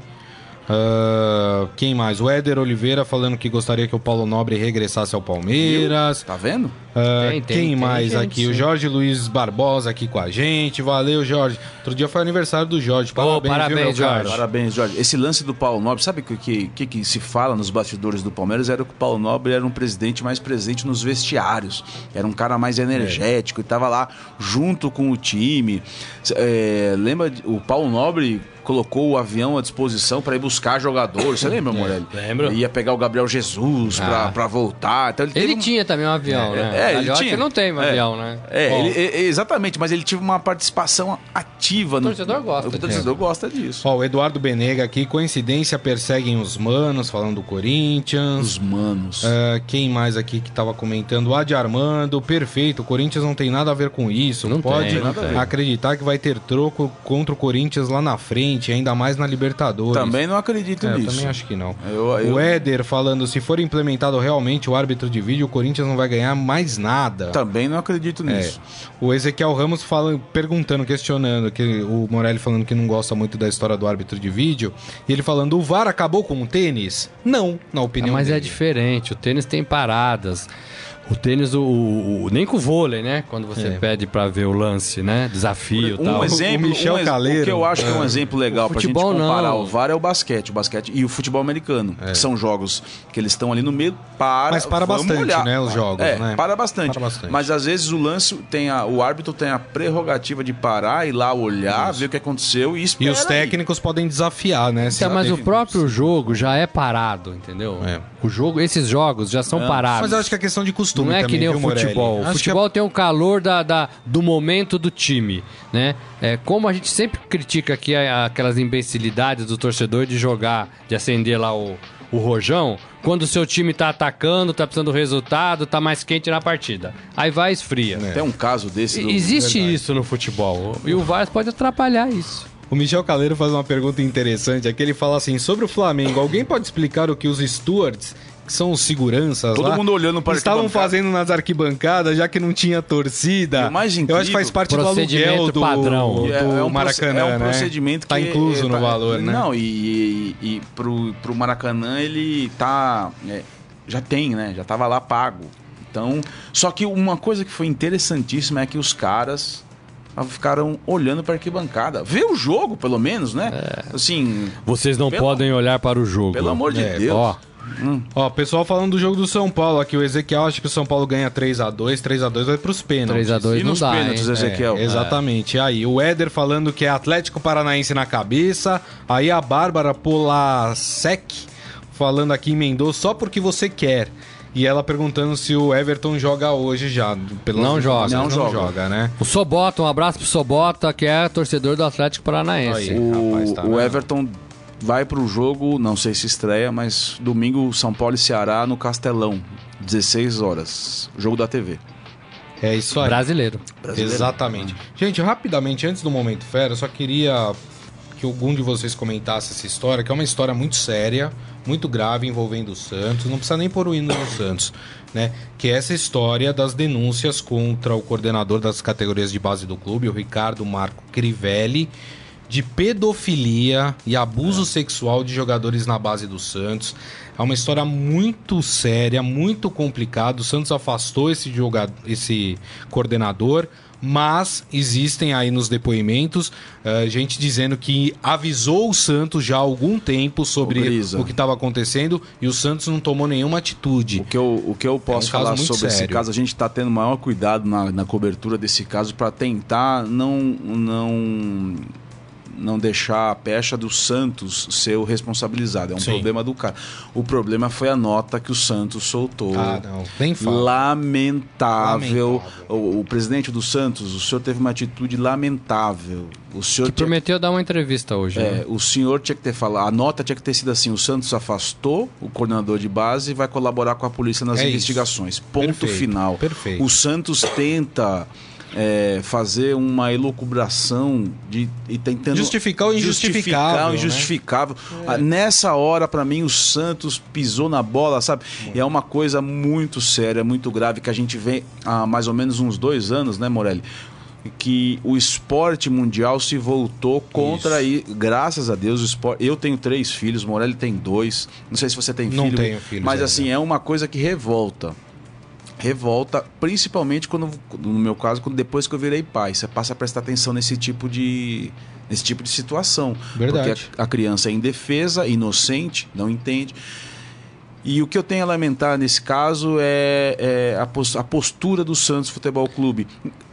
S2: Ah, quem mais? O Éder Oliveira falando que gostaria que o Paulo Nobre regressasse ao Palmeiras.
S3: Tá vendo?
S2: Ah,
S4: Tem, tem,
S2: quem
S4: tem
S2: mais
S4: gente,
S2: aqui? O
S4: sim.
S2: Jorge Luiz Barbosa aqui com a gente. Valeu, Jorge. Outro dia foi aniversário do Jorge. Parabéns, viu,
S4: parabéns,
S2: meu caro?
S4: Jorge.
S3: Parabéns, Jorge. Esse lance do Paulo Nobre, sabe o que, que, que, que se fala nos bastidores do Palmeiras? Era que o Paulo Nobre era um presidente mais presente nos vestiários. Era um cara mais energético e estava lá junto com o time. S- é, lembra, de- o Paulo Nobre colocou o avião à disposição para ir buscar jogador. Você
S4: (laughs)
S3: lembra, Morelli?
S4: É, lembro.
S3: Ia pegar o Gabriel Jesus
S4: Ah.
S3: para voltar. Então ele,
S4: Ele
S3: teve um-
S4: tinha também um avião, né?
S3: é, ele
S4: Aliás,
S3: tinha.
S4: não tem um
S3: É.
S4: avião, né?
S3: É,
S4: Bom,
S3: ele- é, é, exatamente, mas ele teve uma participação ativa. O
S4: torcedor gosta
S3: O torcedor gosta disso.
S2: Ó, o Eduardo Benega aqui. Coincidência, perseguem os manos, falando do Corinthians.
S3: Os manos.
S2: Ah, quem mais aqui que tava comentando? O Adi Armando, perfeito. O Corinthians não tem nada a ver com isso.
S4: Não
S2: pode
S4: tem, não tem.
S2: acreditar que vai ter troco contra o Corinthians lá na frente, ainda mais na Libertadores.
S3: Também não acredito
S2: É, eu
S3: nisso.
S2: também acho que não.
S4: É,
S3: Eu- eu-
S2: O Éder falando, se for implementado realmente o árbitro de vídeo, o Corinthians não vai ganhar mais nada.
S3: Também não acredito
S2: É,
S4: É.
S3: nisso.
S2: O Ezequiel Ramos falando, perguntando, questionando, que o Morelli falando que não gosta muito da história do árbitro de vídeo, e ele falando, o VAR acabou com o tênis? Não, na opinião
S4: mas é
S2: dele.
S4: diferente. O tênis tem paradas. O tênis, o, o- o- nem com o vôlei, né? Quando
S2: É.
S4: você pede pra ver o lance, né? Desafio e
S3: Um
S4: tal.
S3: exemplo,
S2: o Michel
S3: um ex-
S2: Caleiro.
S3: o que eu acho que é um exemplo legal pra gente
S4: futebol, não.
S3: comparar o VAR é o basquete, o basquete e o futebol americano, que são jogos que eles estão ali no meio para
S2: É. Mas para
S3: vamos
S2: bastante,
S3: olhar.
S2: né, os jogos,
S3: É,
S2: né?
S3: para bastante.
S2: Para bastante.
S3: Mas às vezes o lance tem a, o árbitro tem a prerrogativa de parar e lá olhar, ver o que aconteceu e
S2: E
S3: esperar.
S2: os técnicos podem desafiar, né?
S4: Então, mas o próprio jogo já é parado, entendeu?
S2: É.
S4: O jogo, esses jogos já são parados.
S2: Mas eu acho que é questão de costume
S4: não é
S2: também,
S4: que é- nem
S2: viu,
S4: o
S2: Morelli? Acho
S4: futebol. O
S2: que é
S4: futebol tem o calor da, da- do momento do time, né? É, como a gente sempre critica aqui a- aquelas imbecilidades do torcedor de jogar, de acender lá o, o rojão, quando o seu time tá atacando, tá precisando do resultado, tá mais quente na partida. Aí vai e esfria.
S3: Tem um caso desse do-
S4: E- Existe É, isso no futebol. E o VAR pode atrapalhar isso.
S2: O Michel Caleiro faz uma pergunta interessante. É que ele fala assim: sobre o Flamengo, alguém pode explicar o que os stewards, que são os seguranças,
S3: Todo
S2: lá,
S3: mundo olhando pra
S2: estavam
S3: arquibancada.
S2: fazendo nas arquibancadas, já que não tinha torcida?
S3: E o mais
S2: Eu acho que faz
S3: incrível,
S2: parte do
S4: procedimento
S2: aluguel do,
S4: padrão.
S2: do
S3: E proce-
S2: Maracanã.
S3: é um
S2: né?
S3: procedimento
S2: Tá
S3: que
S2: incluso
S3: é,
S2: no
S3: tá-
S2: valor, né?
S3: Não, e, e, e pro, pro Maracanã ele tá. é, já tem, né? Já tava lá pago. Então. Só que uma coisa que foi interessantíssima é que os caras ficaram olhando para arquibancada. Vê o jogo, pelo menos, né?
S2: É.
S3: Assim,
S4: Vocês não
S3: Pelo-
S4: podem olhar para o jogo.
S3: pelo amor de Deus.
S4: É,
S3: Hum.
S2: É,
S4: Ó,
S2: Ó, o pessoal falando do jogo do São Paulo aqui. O Ezequiel acha que o São Paulo ganha 3x2, 3x2 vai pros pênaltis.
S4: 3x2
S3: e
S4: não
S3: nos
S4: dá,
S3: pênaltis,
S4: hein?
S3: Ezequiel?
S2: É, exatamente. Aí o Éder falando que é Atlético Paranaense na cabeça. Aí a Bárbara Polasek falando aqui emendou só porque você quer. E ela perguntando se o Everton joga hoje já. Pelas
S4: Não joga.
S2: informações,
S3: Não
S2: não
S3: joga.
S2: joga, né?
S4: O Sobota, um abraço pro Sobota, que é torcedor do Atlético Paranaense.
S2: Aí.
S3: O,
S2: Rapaz, tá,
S3: o
S2: né?
S3: Everton vai pro jogo, não sei se estreia, mas domingo São Paulo e Ceará no Castelão, 16 horas, jogo da TV.
S2: É isso aí.
S4: Brasileiro.
S2: Exatamente. Gente, rapidamente, antes do momento fera, eu só queria que algum de vocês comentasse essa história, que é uma história muito séria, muito grave envolvendo o Santos. Não precisa nem pôr o hino do Santos, né? Que é essa história das denúncias contra o coordenador das categorias de base do clube, o Ricardo Marco Crivelli, de pedofilia e
S3: É.
S2: abuso sexual de jogadores na base do Santos. É uma história muito séria, muito complicada. O Santos afastou esse, jogador, esse coordenador, mas existem aí nos depoimentos eh, gente dizendo que avisou o Santos já há algum tempo sobre
S3: Ô, Grisa.
S2: o que estava acontecendo e o Santos não tomou nenhuma atitude.
S3: O que eu, o que eu posso
S2: um caso
S3: falar
S2: muito
S3: sobre esse
S2: sério.
S3: caso, a gente está tendo maior cuidado na, na cobertura desse caso para tentar não, não, não deixar a pecha do Santos ser o responsabilizado. É um
S2: Sim.
S3: problema do cara. O problema foi a nota que o Santos soltou.
S2: Ah, não. Nem fala.
S3: Lamentável.
S2: Lamentável.
S3: O, o presidente do Santos, o senhor teve uma atitude lamentável. O senhor
S4: Que
S3: tinha-
S4: prometeu dar uma entrevista hoje. né?
S3: é, o senhor tinha que ter falado, a nota tinha que ter sido assim: o Santos afastou o coordenador de base e vai colaborar com a polícia nas
S2: É isso.
S3: investigações. Ponto
S2: Perfeito,
S3: final.
S2: perfeito.
S3: O Santos tenta é, fazer uma elucubração de, e tentando
S2: Justificar o injustificável,
S3: justificar o
S2: né?
S3: injustificável.
S2: É.
S3: Ah, Nessa hora, pra mim, o Santos pisou na bola, sabe? E é uma coisa muito séria, muito grave que a gente vê há mais ou menos uns dois anos, né, Morelli? Que o esporte mundial se voltou contra aí, graças a Deus, o esporte. Eu tenho três filhos, Morelli tem dois. Não sei se você tem
S2: Não
S3: filho.
S2: tenho filhos
S3: Mas
S2: ainda.
S3: assim, é uma coisa que revolta revolta, principalmente quando, no meu caso, quando depois que eu virei pai, você passa a prestar atenção nesse tipo de nesse tipo de situação,
S2: Verdade.
S3: porque a, a criança é indefesa, inocente, não entende. E o que eu tenho a lamentar nesse caso é, é a, pos- a postura do Santos Futebol Clube.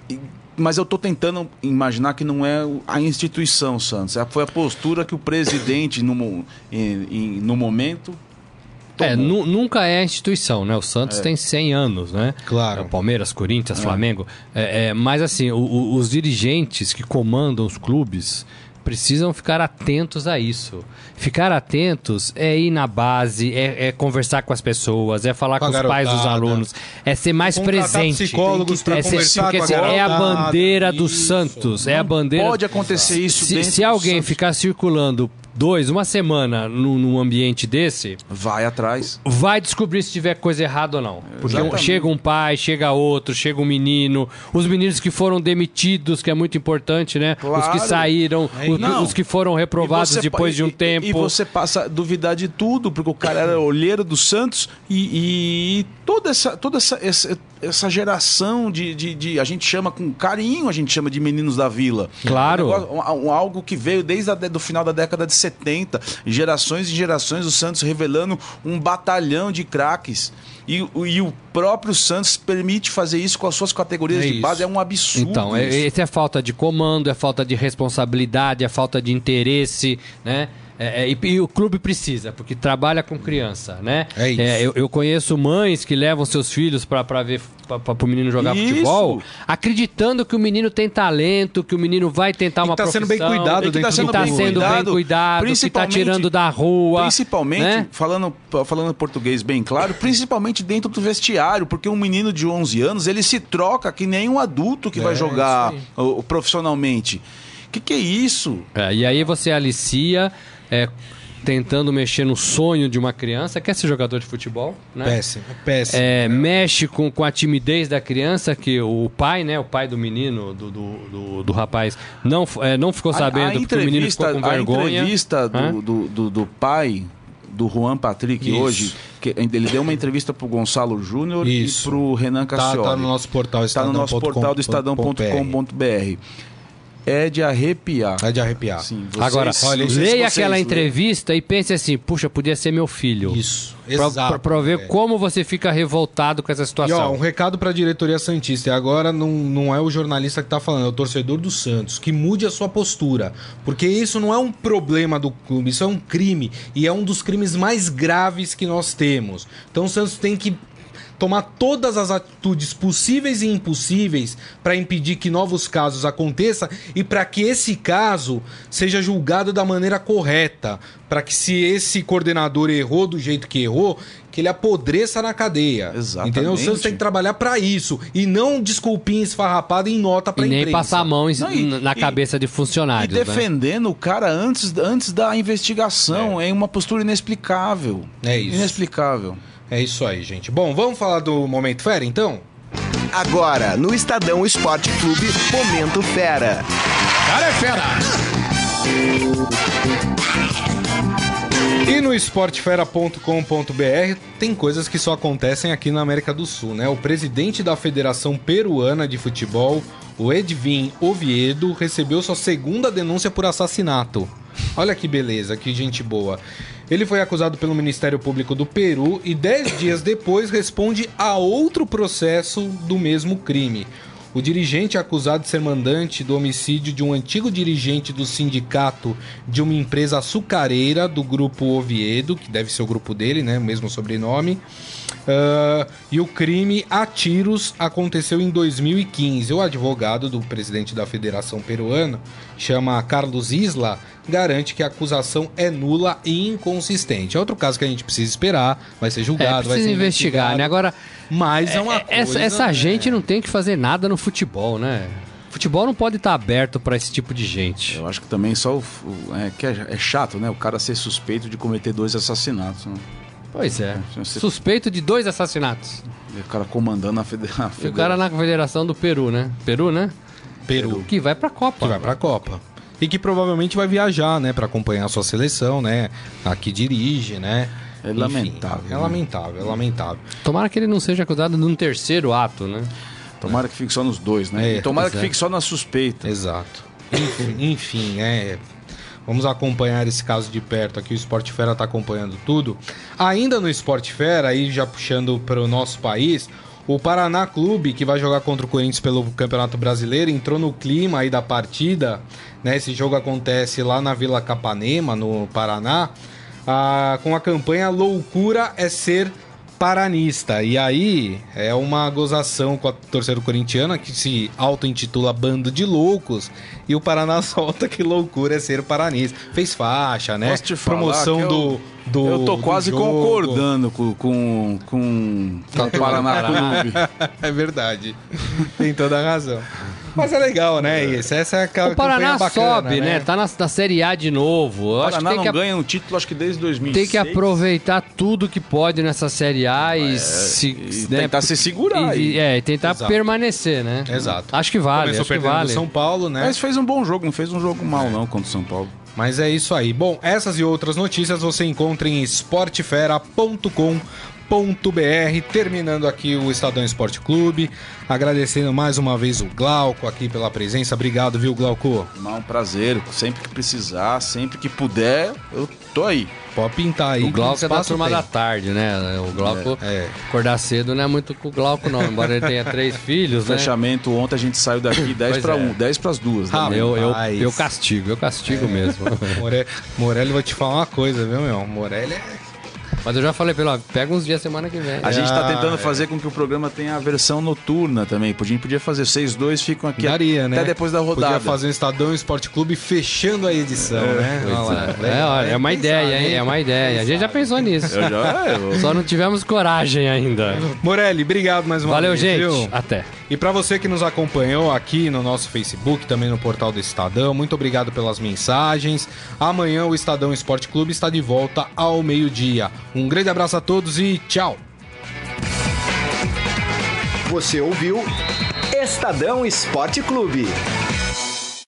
S3: E- mas eu estou tentando imaginar que não é o- a instituição Santos, é- foi a postura que o presidente no, mo- em- em- no momento
S4: É, nu- nunca é a instituição, né? O Santos tem 100 anos, né?
S2: É. Claro.
S4: É, o Palmeiras, Corinthians, Flamengo. É, é, mas assim, o- o- os dirigentes que comandam os clubes precisam ficar atentos a isso. Ficar atentos é ir na base, é, é conversar com as pessoas, é falar
S2: Com
S4: com,
S2: a
S4: os pais dos
S2: garotada.
S4: alunos, é ser mais
S2: Contratar
S4: presente.
S2: psicólogos pra
S4: é ser-
S2: conversar
S4: porque
S2: com a
S4: assim, é a
S2: garotada.
S4: bandeira do
S2: Isso.
S4: Santos, é a bandeira
S3: pode acontecer isso
S4: se,
S3: dentro
S4: se
S3: do
S4: alguém
S3: Santos.
S4: ficar circulando dois, uma semana num- num ambiente desse,
S3: vai atrás.
S4: vai descobrir se tiver coisa errada ou não. Porque
S3: Exatamente.
S4: chega um pai, chega outro, chega um menino, os meninos que foram demitidos, que é muito importante, né? Os
S3: Claro.
S4: que saíram, os,
S3: Não.
S4: os que foram reprovados
S3: E você
S4: depois
S3: pa-
S4: de um
S3: e-
S4: tempo.
S3: E você passa a duvidar de tudo, porque o cara era olheiro do Santos e, e toda, essa, toda essa, essa, essa geração de, de, de- A gente chama com carinho, a gente chama de meninos da vila.
S4: Claro.
S3: Um negócio- um- um- algo que veio desde o final da década de 70. Gerações e gerações, o Santos revelando um batalhão de craques. E, o- e o próprio Santos permite fazer isso com as suas categorias
S2: É
S3: de
S2: isso.
S3: base. É um absurdo.
S4: Então, é,
S3: isso.
S4: esse é falta de comando, é falta de responsabilidade, é falta de interesse, né? É, é, e, e o clube precisa, porque trabalha com criança, né?
S2: É isso.
S4: eu, eu conheço mães que levam seus filhos para ver para o menino jogar
S3: Isso.
S4: futebol, acreditando que o menino tem talento, que o menino vai tentar
S2: que
S4: uma
S2: tá sendo
S4: profissão,
S2: bem cuidado
S3: E que tá
S2: dentro
S4: que
S2: do
S4: tá
S2: clube.
S4: sendo bem cuidado, que tá
S3: principalmente-
S4: tirando da rua,
S3: Principalmente,
S4: né?
S3: falando, falando português bem claro, principalmente dentro do vestiário, porque um menino de 11 anos, ele se troca que nem um adulto que
S2: É,
S3: vai jogar o- o profissionalmente. Que que é isso?
S4: É, e aí você alicia é, tentando mexer no sonho de uma criança, quer ser jogador de futebol, né?
S2: Péssimo, péssimo.
S4: É, mexe com, com a timidez da criança, que o pai, né? O pai do menino, do, do, do, do rapaz, não, f- é, não ficou sabendo porque o menino ficou com
S3: A
S4: vergonha.
S3: entrevista
S4: Hã?
S3: do, do, do- do pai do Juan Patrick
S2: Isso.
S3: hoje, que ele deu uma entrevista pro Gonçalo Júnior e
S2: Isso.
S3: pro Renan
S2: Tá,
S3: Cassioli.
S2: tá no nosso portal,
S3: Está no nosso portal do estadão.com.br. É de arrepiar.
S2: É de arrepiar.
S3: Sim, vocês-
S4: Agora,
S2: olha,
S3: não sei se
S4: leia
S3: vocês
S4: aquela
S3: leram.
S4: entrevista e pense assim, puxa, podia ser meu filho.
S2: né? Isso,
S4: Pra,
S2: exato,
S4: pra- pra ver
S2: é.
S4: como você fica revoltado com essa
S2: E ó,
S4: situação.
S2: um recado pra diretoria Santista. E agora não, não é o jornalista que tá falando, é o torcedor do Santos. Que mude a sua postura. Porque isso não é um problema do clube, isso é um crime. E é um dos crimes mais graves que nós temos. Então o Santos tem que tomar todas as atitudes possíveis e impossíveis para impedir que novos casos aconteçam e para que esse caso seja julgado da maneira correta, para que se esse coordenador errou do jeito que errou, que ele apodreça na cadeia.
S3: Exatamente.
S2: Entendeu? O Santos tem que trabalhar para isso e não desculpinha esfarrapada em nota
S4: E
S2: para
S4: nem
S2: imprensa.
S4: passar a mão em-
S3: Não, e-
S4: na
S3: e-
S4: cabeça de
S3: E
S4: funcionários. né?
S3: defendendo o cara antes, antes da investigação. É. uma postura inexplicável.
S2: É isso.
S3: Inexplicável.
S2: É isso aí, gente. Bom, vamos falar do momento fera então?
S1: Agora, no Estadão Esporte Clube, Momento Fera.
S2: Cara é fera! E no esportefera.com.br tem coisas que só acontecem aqui na América do Sul, né? O presidente da Federação Peruana de Futebol, o Edvin Oviedo, recebeu sua segunda denúncia por assassinato. Olha que beleza, que gente boa. Ele foi acusado pelo Ministério Público do Peru e dez dias depois responde a outro processo do mesmo crime. O dirigente é acusado de ser mandante do homicídio de um antigo dirigente do sindicato de uma empresa açucareira do grupo Oviedo, que deve ser o grupo dele, né? O mesmo sobrenome. Ah, e o crime a tiros aconteceu em 2015. O advogado do presidente da Federação Peruana, chama Carlos Isla, garante que a acusação é nula e inconsistente. É outro caso que a gente precisa esperar, vai ser
S4: É,
S2: julgado, vai
S4: precisa
S2: ser
S4: investigar,
S2: investigado.
S4: né? Agora,
S2: Mas é uma
S4: é- essa,
S2: coisa,
S4: essa
S2: né?
S4: gente não tem que fazer nada no futebol, né? Futebol não pode estar aberto pra esse tipo de gente.
S3: Eu acho que também só o. o- é, que é, é chato, né? O cara ser suspeito de cometer dois assassinatos. Né?
S4: Pois é.
S3: Você-
S4: Suspeito de dois assassinatos.
S3: E o cara comandando a federação.
S4: E o cara na Confederação do Peru, né? Peru, né?
S2: Peru.
S4: Que vai pra Copa.
S2: que vai pra Copa. E que provavelmente vai viajar, né, Pra acompanhar a sua seleção, né? A que dirige, né?
S3: É lamentável,
S2: É
S3: né?
S2: lamentável, é lamentável.
S4: Tomara que ele não seja acusado num terceiro ato, né?
S3: Tomara que fique só nos dois, né?
S2: É,
S3: E tomara que
S4: exato. É
S3: fique só na suspeita.
S2: Exato. Enfim, (laughs) enfim, é. Vamos acompanhar esse caso de perto aqui. O Esporte Fera está acompanhando tudo. Ainda no Esporte Fera, aí já puxando para o nosso país, o Paraná Clube, que vai jogar contra o Corinthians pelo Campeonato Brasileiro, entrou no clima aí da partida. Né? Esse jogo acontece lá na Vila Capanema, no Paraná, ah, com a campanha Loucura é Ser paranista. E aí é uma gozação com a torcida corintiana que se auto-intitula Bando de Loucos e o Paraná (laughs) solta que loucura é ser paranista. Fez faixa, né?
S3: Posso te falar
S2: Promoção
S3: que eu-
S2: do, do.
S3: Eu tô
S2: do
S3: quase
S2: jogo.
S3: concordando com, com, com,
S4: Tá
S3: com o Paraná
S4: Paraná.
S3: Clube.
S2: (laughs) é verdade. Tem toda a razão. Mas é legal, né? Isso. Essa é a
S4: O Paraná sobe, né?
S2: né?
S4: Tá na, na Série A de novo. Eu
S3: O
S4: acho que
S3: Paraná
S4: tem
S3: não
S4: que, a-
S3: ganha um título, acho que desde 2006.
S4: tem que aproveitar tudo que pode nessa Série A
S2: É,
S4: e, se,
S3: E
S4: né,
S3: tentar se segurar. aí.
S4: e- é, e tentar
S2: Exato.
S4: permanecer, né?
S2: Exato.
S4: Acho que vale,
S2: Começou
S4: acho que
S2: perdendo do
S4: vale.
S2: São Paulo, né?
S3: Mas fez um bom jogo, não fez um jogo mal não contra o São Paulo.
S2: Mas é isso aí. Bom, essas e outras notícias você encontra em esportefera.com.br. Terminando aqui o Estadão Esporte Clube. Agradecendo mais uma vez o Glauco aqui pela presença. Obrigado, viu, Glauco?
S3: Mas É um prazer, sempre que precisar, sempre que puder, eu tô aí.
S2: Pode pintar aí.
S4: O Glauco
S2: que
S4: é da
S2: espaço
S4: turma
S2: tem.
S4: da tarde, né? O Glauco
S2: É, é.
S4: acordar cedo não é muito com o Glauco, não. Embora ele tenha
S2: (laughs)
S4: três filhos, né?
S3: Fechamento, ontem a gente
S2: (coughs)
S3: saiu daqui 10
S4: Pois
S3: para
S4: é.
S3: 1, 10 para as duas. né?
S2: Ah,
S4: Eu, eu,
S2: Rapaz.
S4: eu castigo, eu castigo
S2: (laughs)
S4: mesmo.
S2: (laughs) More... Morelli, vou te falar uma coisa, viu, meu? Morelli é.
S4: Mas eu já falei, pelo pega uns dias semana que vem.
S3: A gente tá
S2: Ah,
S3: tentando
S2: é.
S3: fazer com que o programa tenha a versão noturna também. A gente podia fazer. Vocês dois ficam aqui
S2: Daria,
S3: até
S2: né?
S3: depois da rodada.
S2: Podia fazer um Estadão Esporte Clube fechando a edição,
S4: É.
S2: né? Olha lá.
S4: Pois é. É, olha, é uma
S2: Bem
S4: ideia,
S2: pensado,
S4: hein? É uma ideia. A gente já pensou
S3: (laughs)
S4: nisso.
S3: Eu já- é, eu-
S4: Só não tivemos coragem ainda.
S2: Morelli, obrigado mais uma
S4: Valeu,
S2: vez. viu?
S4: gente. Até.
S2: E para você que nos acompanhou aqui no nosso Facebook, também no portal do Estadão, muito obrigado pelas mensagens. Amanhã o Estadão Esporte Clube está de volta ao meio-dia. Um grande abraço a todos e tchau!
S1: Você ouviu Estadão Esporte Clube.